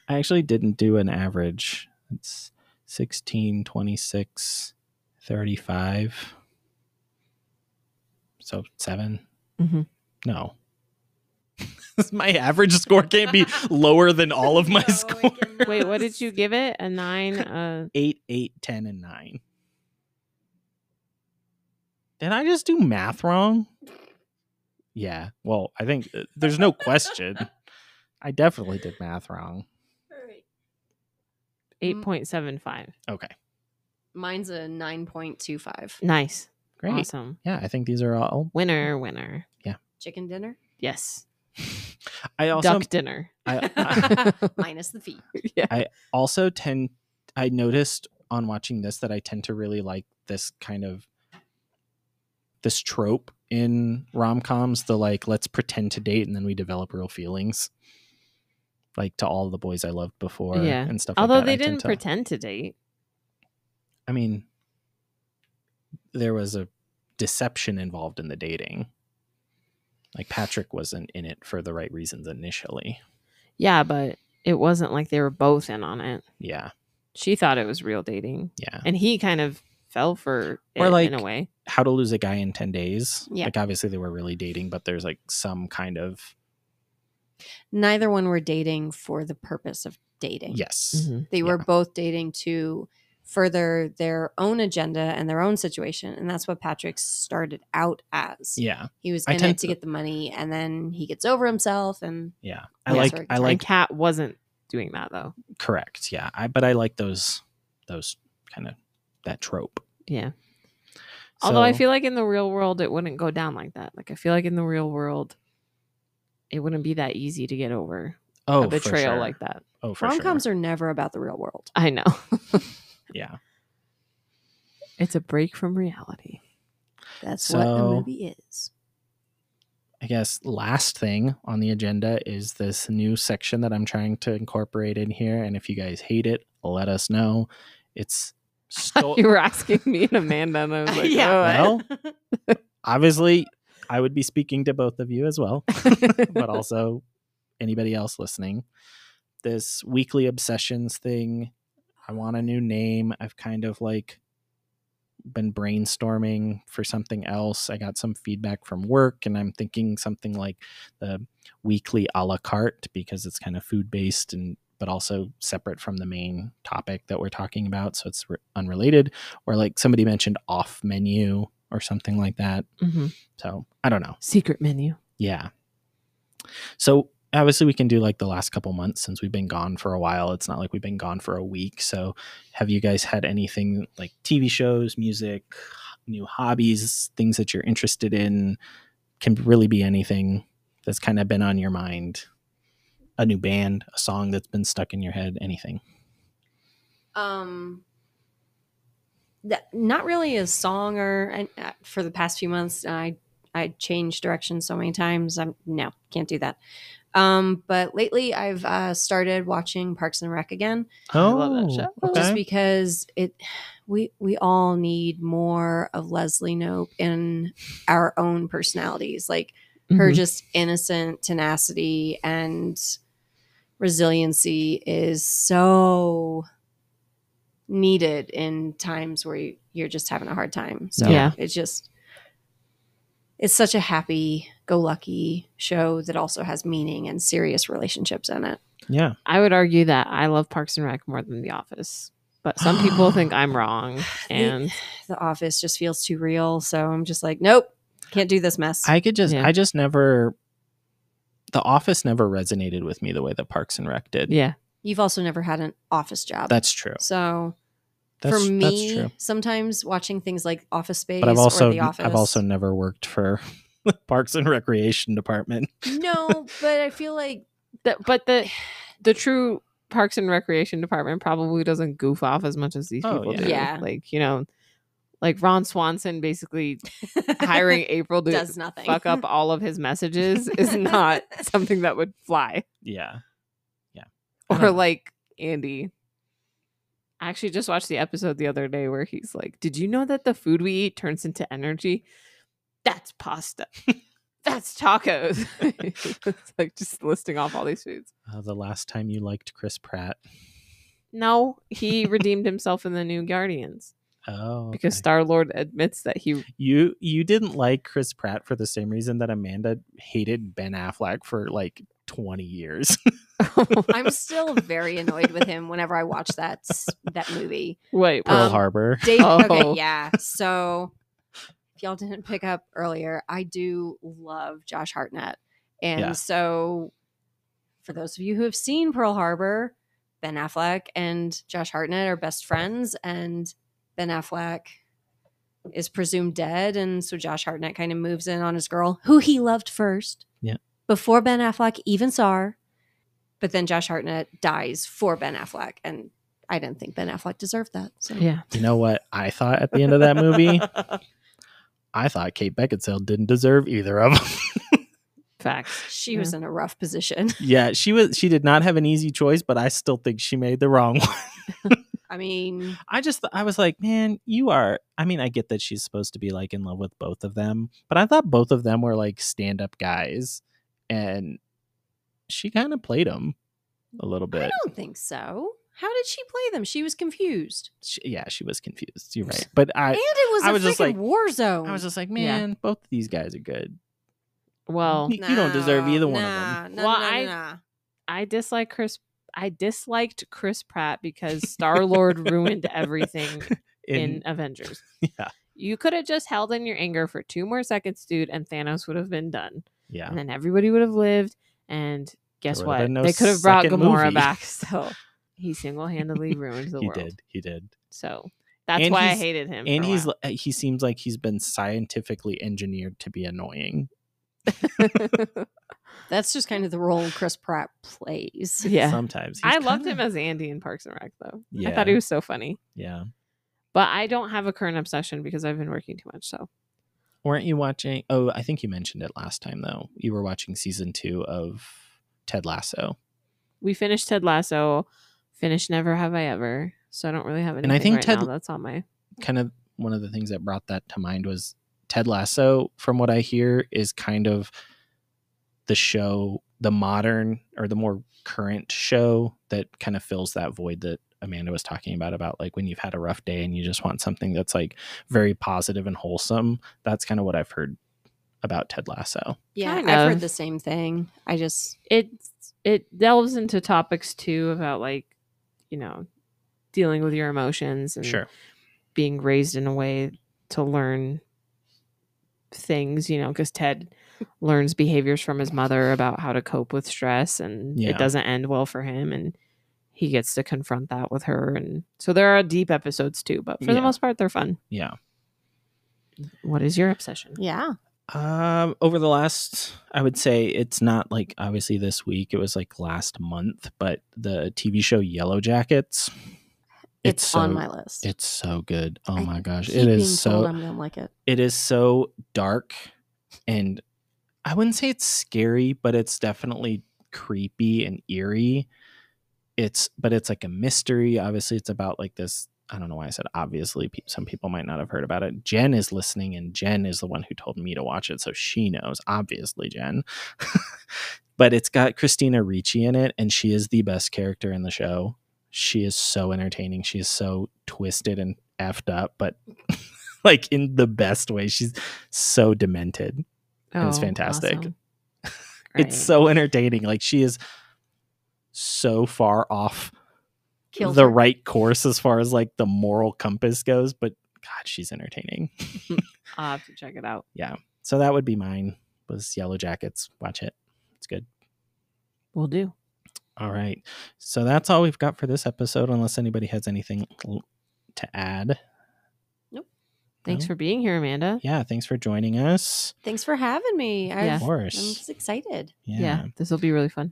I actually didn't do an average. It's 16, 26, 35. So 7
Mhm.
No. my average score can't be lower than all of my
No, I
scores.
cannot.
Wait, what did you give it? A nine? Uh,
Mm.
eight, eight, ten, and nine. Did I just do math wrong? Yeah. Well, I think uh, there's no question. I definitely did math wrong.
All right.
eight point seven five.
Okay.
Mine's a nine point two five.
Nice,
Great.
awesome,
Yeah, I think these are all.
winner, winner.
Chicken dinner
Yes,
I also
duck dinner.
I, I
minus the feet.
yeah.
also tend I noticed on watching this that I tend to really like this kind of this trope in rom-coms the like let's pretend to date and then we develop real feelings like to all the boys I loved before
Yeah.
and stuff
Although
like that.
they
I tend
didn't
to-
pretend to date.
I mean there was a deception involved in the dating Like Patrick wasn't in it for the right reasons initially.
Yeah, but it wasn't like they were both in on it.
Yeah.
She thought it was real dating,
Yeah.
and he kind of fell for it
Or, like-
in a way.
How to lose a guy in 10 days.
Yeah.
Like obviously they were really dating, but there's like some kind of
Neither one were dating for the purpose of dating.
yes.
Mm-hmm.
They were
Yeah.
both dating to further their own agenda and their own situation. And that's what Patrick started out as.
Yeah.
He was
I
in
tend
it to
to-
get the money and then he gets over himself and
Yeah. I
Yeah,
like
sorry,
I
Like, and
like
Kat wasn't doing that though.
correct. Yeah. I but I like those those kind of that trope.
Yeah. Although I
So-
feel like in the real world it wouldn't go down like that. Like I feel like in the real world it wouldn't be that easy to get over
oh,
a
for
betrayal
sure.
like that.
Oh, for
rom coms
sure.
are never about the real world.
I know.
Yeah.
it's a break from reality.
That's what a
So-
movie is.
I guess last thing on the agenda is this new section that I'm trying to incorporate in here. And if you guys hate it, let us know. It's sto-
You were asking me and Amanda and I was like,
Yeah.
"Oh,
well, obviously, I would be speaking to both of you as well, but also anybody else listening. This weekly obsessions thing, I want a new name. I've kind of like been brainstorming for something else. I got some feedback from work, and I'm thinking something like the weekly a la carte because it's kind of food based and but also separate from the main topic that we're talking about. So it's re- unrelated. Or like somebody mentioned off menu or something like that.
Mhm.
So I don't know.
secret menu."
Yeah. So obviously we can do like the last couple months since we've been gone for a while. It's not like we've been gone for a week. So have you guys had anything like TV shows, music, new hobbies, things that you're interested in? Can really be anything that's kind of been on your mind. A new band, a song that's been stuck in your head, anything.
um that not really a song or and, uh, for the past few months i i changed direction so many times i'm no can't do that um but lately i've uh started watching parks and rec again
I love that show.
just because it we we all need more of leslie nope in our own personalities like her
Mm-hmm.
Mhm.
just innocent tenacity and resiliency is so needed in times where you- you're just having a hard time. So
Yeah.
it's just it's such a happy go lucky show that also has meaning and serious relationships in it.
Yeah.
I would argue that I love Parks and Rec more than The Office. But some people think I'm wrong and
The office just feels too real, so I'm just like, nope, can't do this mess.
I could just
Yeah.
I just never The Office never resonated with me the way that Parks and Rec did.
yeah.
You've also never had an office job.
That's true.
so
That's,
for me,
that's true.
sometimes watching things like Office Space
But I've also
or The Office,
I've also never worked for the Parks and Recreation Department.
no, but I feel like
The, but the the true Parks and Recreation Department probably doesn't goof off as much as these
Oh,
people
yeah.
do.
Yeah.
Like, you know, like Ron Swanson basically hiring April to
does nothing.
fuck up all of his messages is not something that would fly.
Yeah. Yeah. I
Or
don't know.
like Andy. I actually just watched the episode the other day where he's like, Did you know that the food we eat turns into energy? That's pasta. That's tacos. it's like just listing off all these foods.
Uh, the last time you liked Chris Pratt.
No, he redeemed himself in the new Guardians
Oh.
because
okay.
Star Lord admits that he.
you you didn't like Chris Pratt for the same reason that Amanda hated Ben Affleck for like 20 years.
I'm still very annoyed with him whenever I watch that s- that movie.
Wait,
Pearl
well,
Um,
Harbor.
Dave,
Oh.
okay, yeah. So if y'all didn't pick up earlier, I do love Josh Hartnett, and
Yeah.
so for those of you who have seen Pearl Harbor, Ben Affleck and Josh Hartnett are best friends, and Ben Affleck is presumed dead, and so Josh Hartnett kind of moves in on his girl, who he loved first,
Yeah.
before Ben Affleck even saw her. But then Josh Hartnett dies for Ben Affleck, and I didn't think Ben Affleck deserved that. So
yeah,
You know what I thought at the end of that movie? I thought Kate Beckinsale didn't deserve either of them.
facts.
she was in a rough position.
yeah, she was she did not have an easy choice, but I still think she made the wrong one.
I mean,
I just I was like, man, you are. I mean, I get that she's supposed to be like in love with both of them, but I thought both of them were like stand up guys, and she kind of played them a little
I
bit.
don't think so. How did she play them? She was confused,
She, yeah, she was confused. You're right, but I
and it was a
I was
freaking
just like-
war zone.
I was just like,
Yeah.
man, both of these guys are good.
Well,
You- you don't deserve either one of them.
No,
Well,
no, no,
I-
no.
I dislike Chris. I disliked Chris Pratt because Star Lord ruined everything in
In,
Avengers.
yeah,
You could have just held in your anger for two more seconds, dude, and Thanos would have been done.
yeah.
And then everybody would have lived. And guess
would've
what?
been no
they could have brought
second
Gamora
movie.
back. So he single handedly ruined the
he
world.
did. He did.
So that's
And
why I
he's-
hated him.
And he's
like,
li- he seems like he's been scientifically engineered to be annoying.
That's just kind of the role Chris Pratt plays.
yeah.
Sometimes He's
I loved
kinda-
him as Andy in Parks and Rec, though. I
Yeah.
thought he was so funny.
Yeah.
But I don't have a current obsession because I've been working too much. So
Weren't you watching? Oh, I think you mentioned it last time though. You were watching season two of Ted Lasso,
we finished Ted Lasso, finished Never Have I Ever. So I don't really have anything.
I think
right
Ted-
now that's on my
kind of one of the things that brought that to mind was Ted Lasso, from what I hear, is kind of the show, the modern or the more current show that kind of fills that void that Amanda was talking about, about like when you've had a rough day and you just want something that's like very positive and wholesome. That's kind of what I've heard about Ted Lasso.
Yeah,
Um,
Kind
I've
of.
heard the same thing. I just
it it delves into topics too about like you know dealing with your emotions and
Sure.
being raised in a way to learn things you know because ted learns behaviors from his mother about how to cope with stress and
Yeah.
it doesn't end well for him and he gets to confront that with her and so there are deep episodes too but for
Yeah.
the most part they're fun
Yeah.
what is your obsession
yeah.
Um, over the last, I would say it's not like obviously this week. It was like last month, but the TV show Yellow Jackets.
It's,
so,
on my list.
It's so good. Oh
I
my gosh,
Keep
it
being
is
told
so
I'm gonna like it.
it is so dark, and I wouldn't say it's scary, but it's definitely creepy and eerie. It's but it's like a mystery. Obviously, it's about like this. I don't know why I said obviously. Pe- Some people might not have heard about it. Jen is listening, and Jen is the one who told me to watch it, so she knows. Obviously, Jen. but it's got Christina Ricci in it, and she is the best character in the show. She is so entertaining. She is so twisted and effed up, but like in the best way. She's so demented and
Oh,
it's fantastic.
Right.
it's so entertaining like she is so far off
Killed
the
her.
right course as far as like the moral compass goes but god she's entertaining
i'll have to check it out
so that would be mine was yellow jackets watch it it's good
we'll do
all right so that's all we've got for this episode unless anybody has anything l- to add
thanks
No?
for being here amanda
yeah thanks for joining us
Thanks for having me. I,
Yeah.
of
Yes.
I'm
course
just excited.
yeah,
yeah
this will be really fun.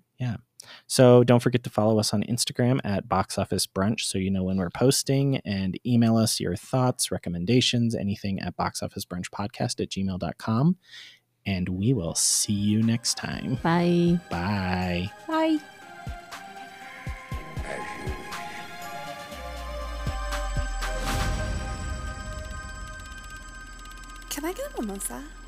So don't forget to follow us on Instagram at Box Office Brunch so you know when we're posting and email us your thoughts, recommendations, anything at Box Office Brunch Podcast at gmail.com. And we will see you next time.
Bye.
Bye.
Bye.
Can I get a mimosa?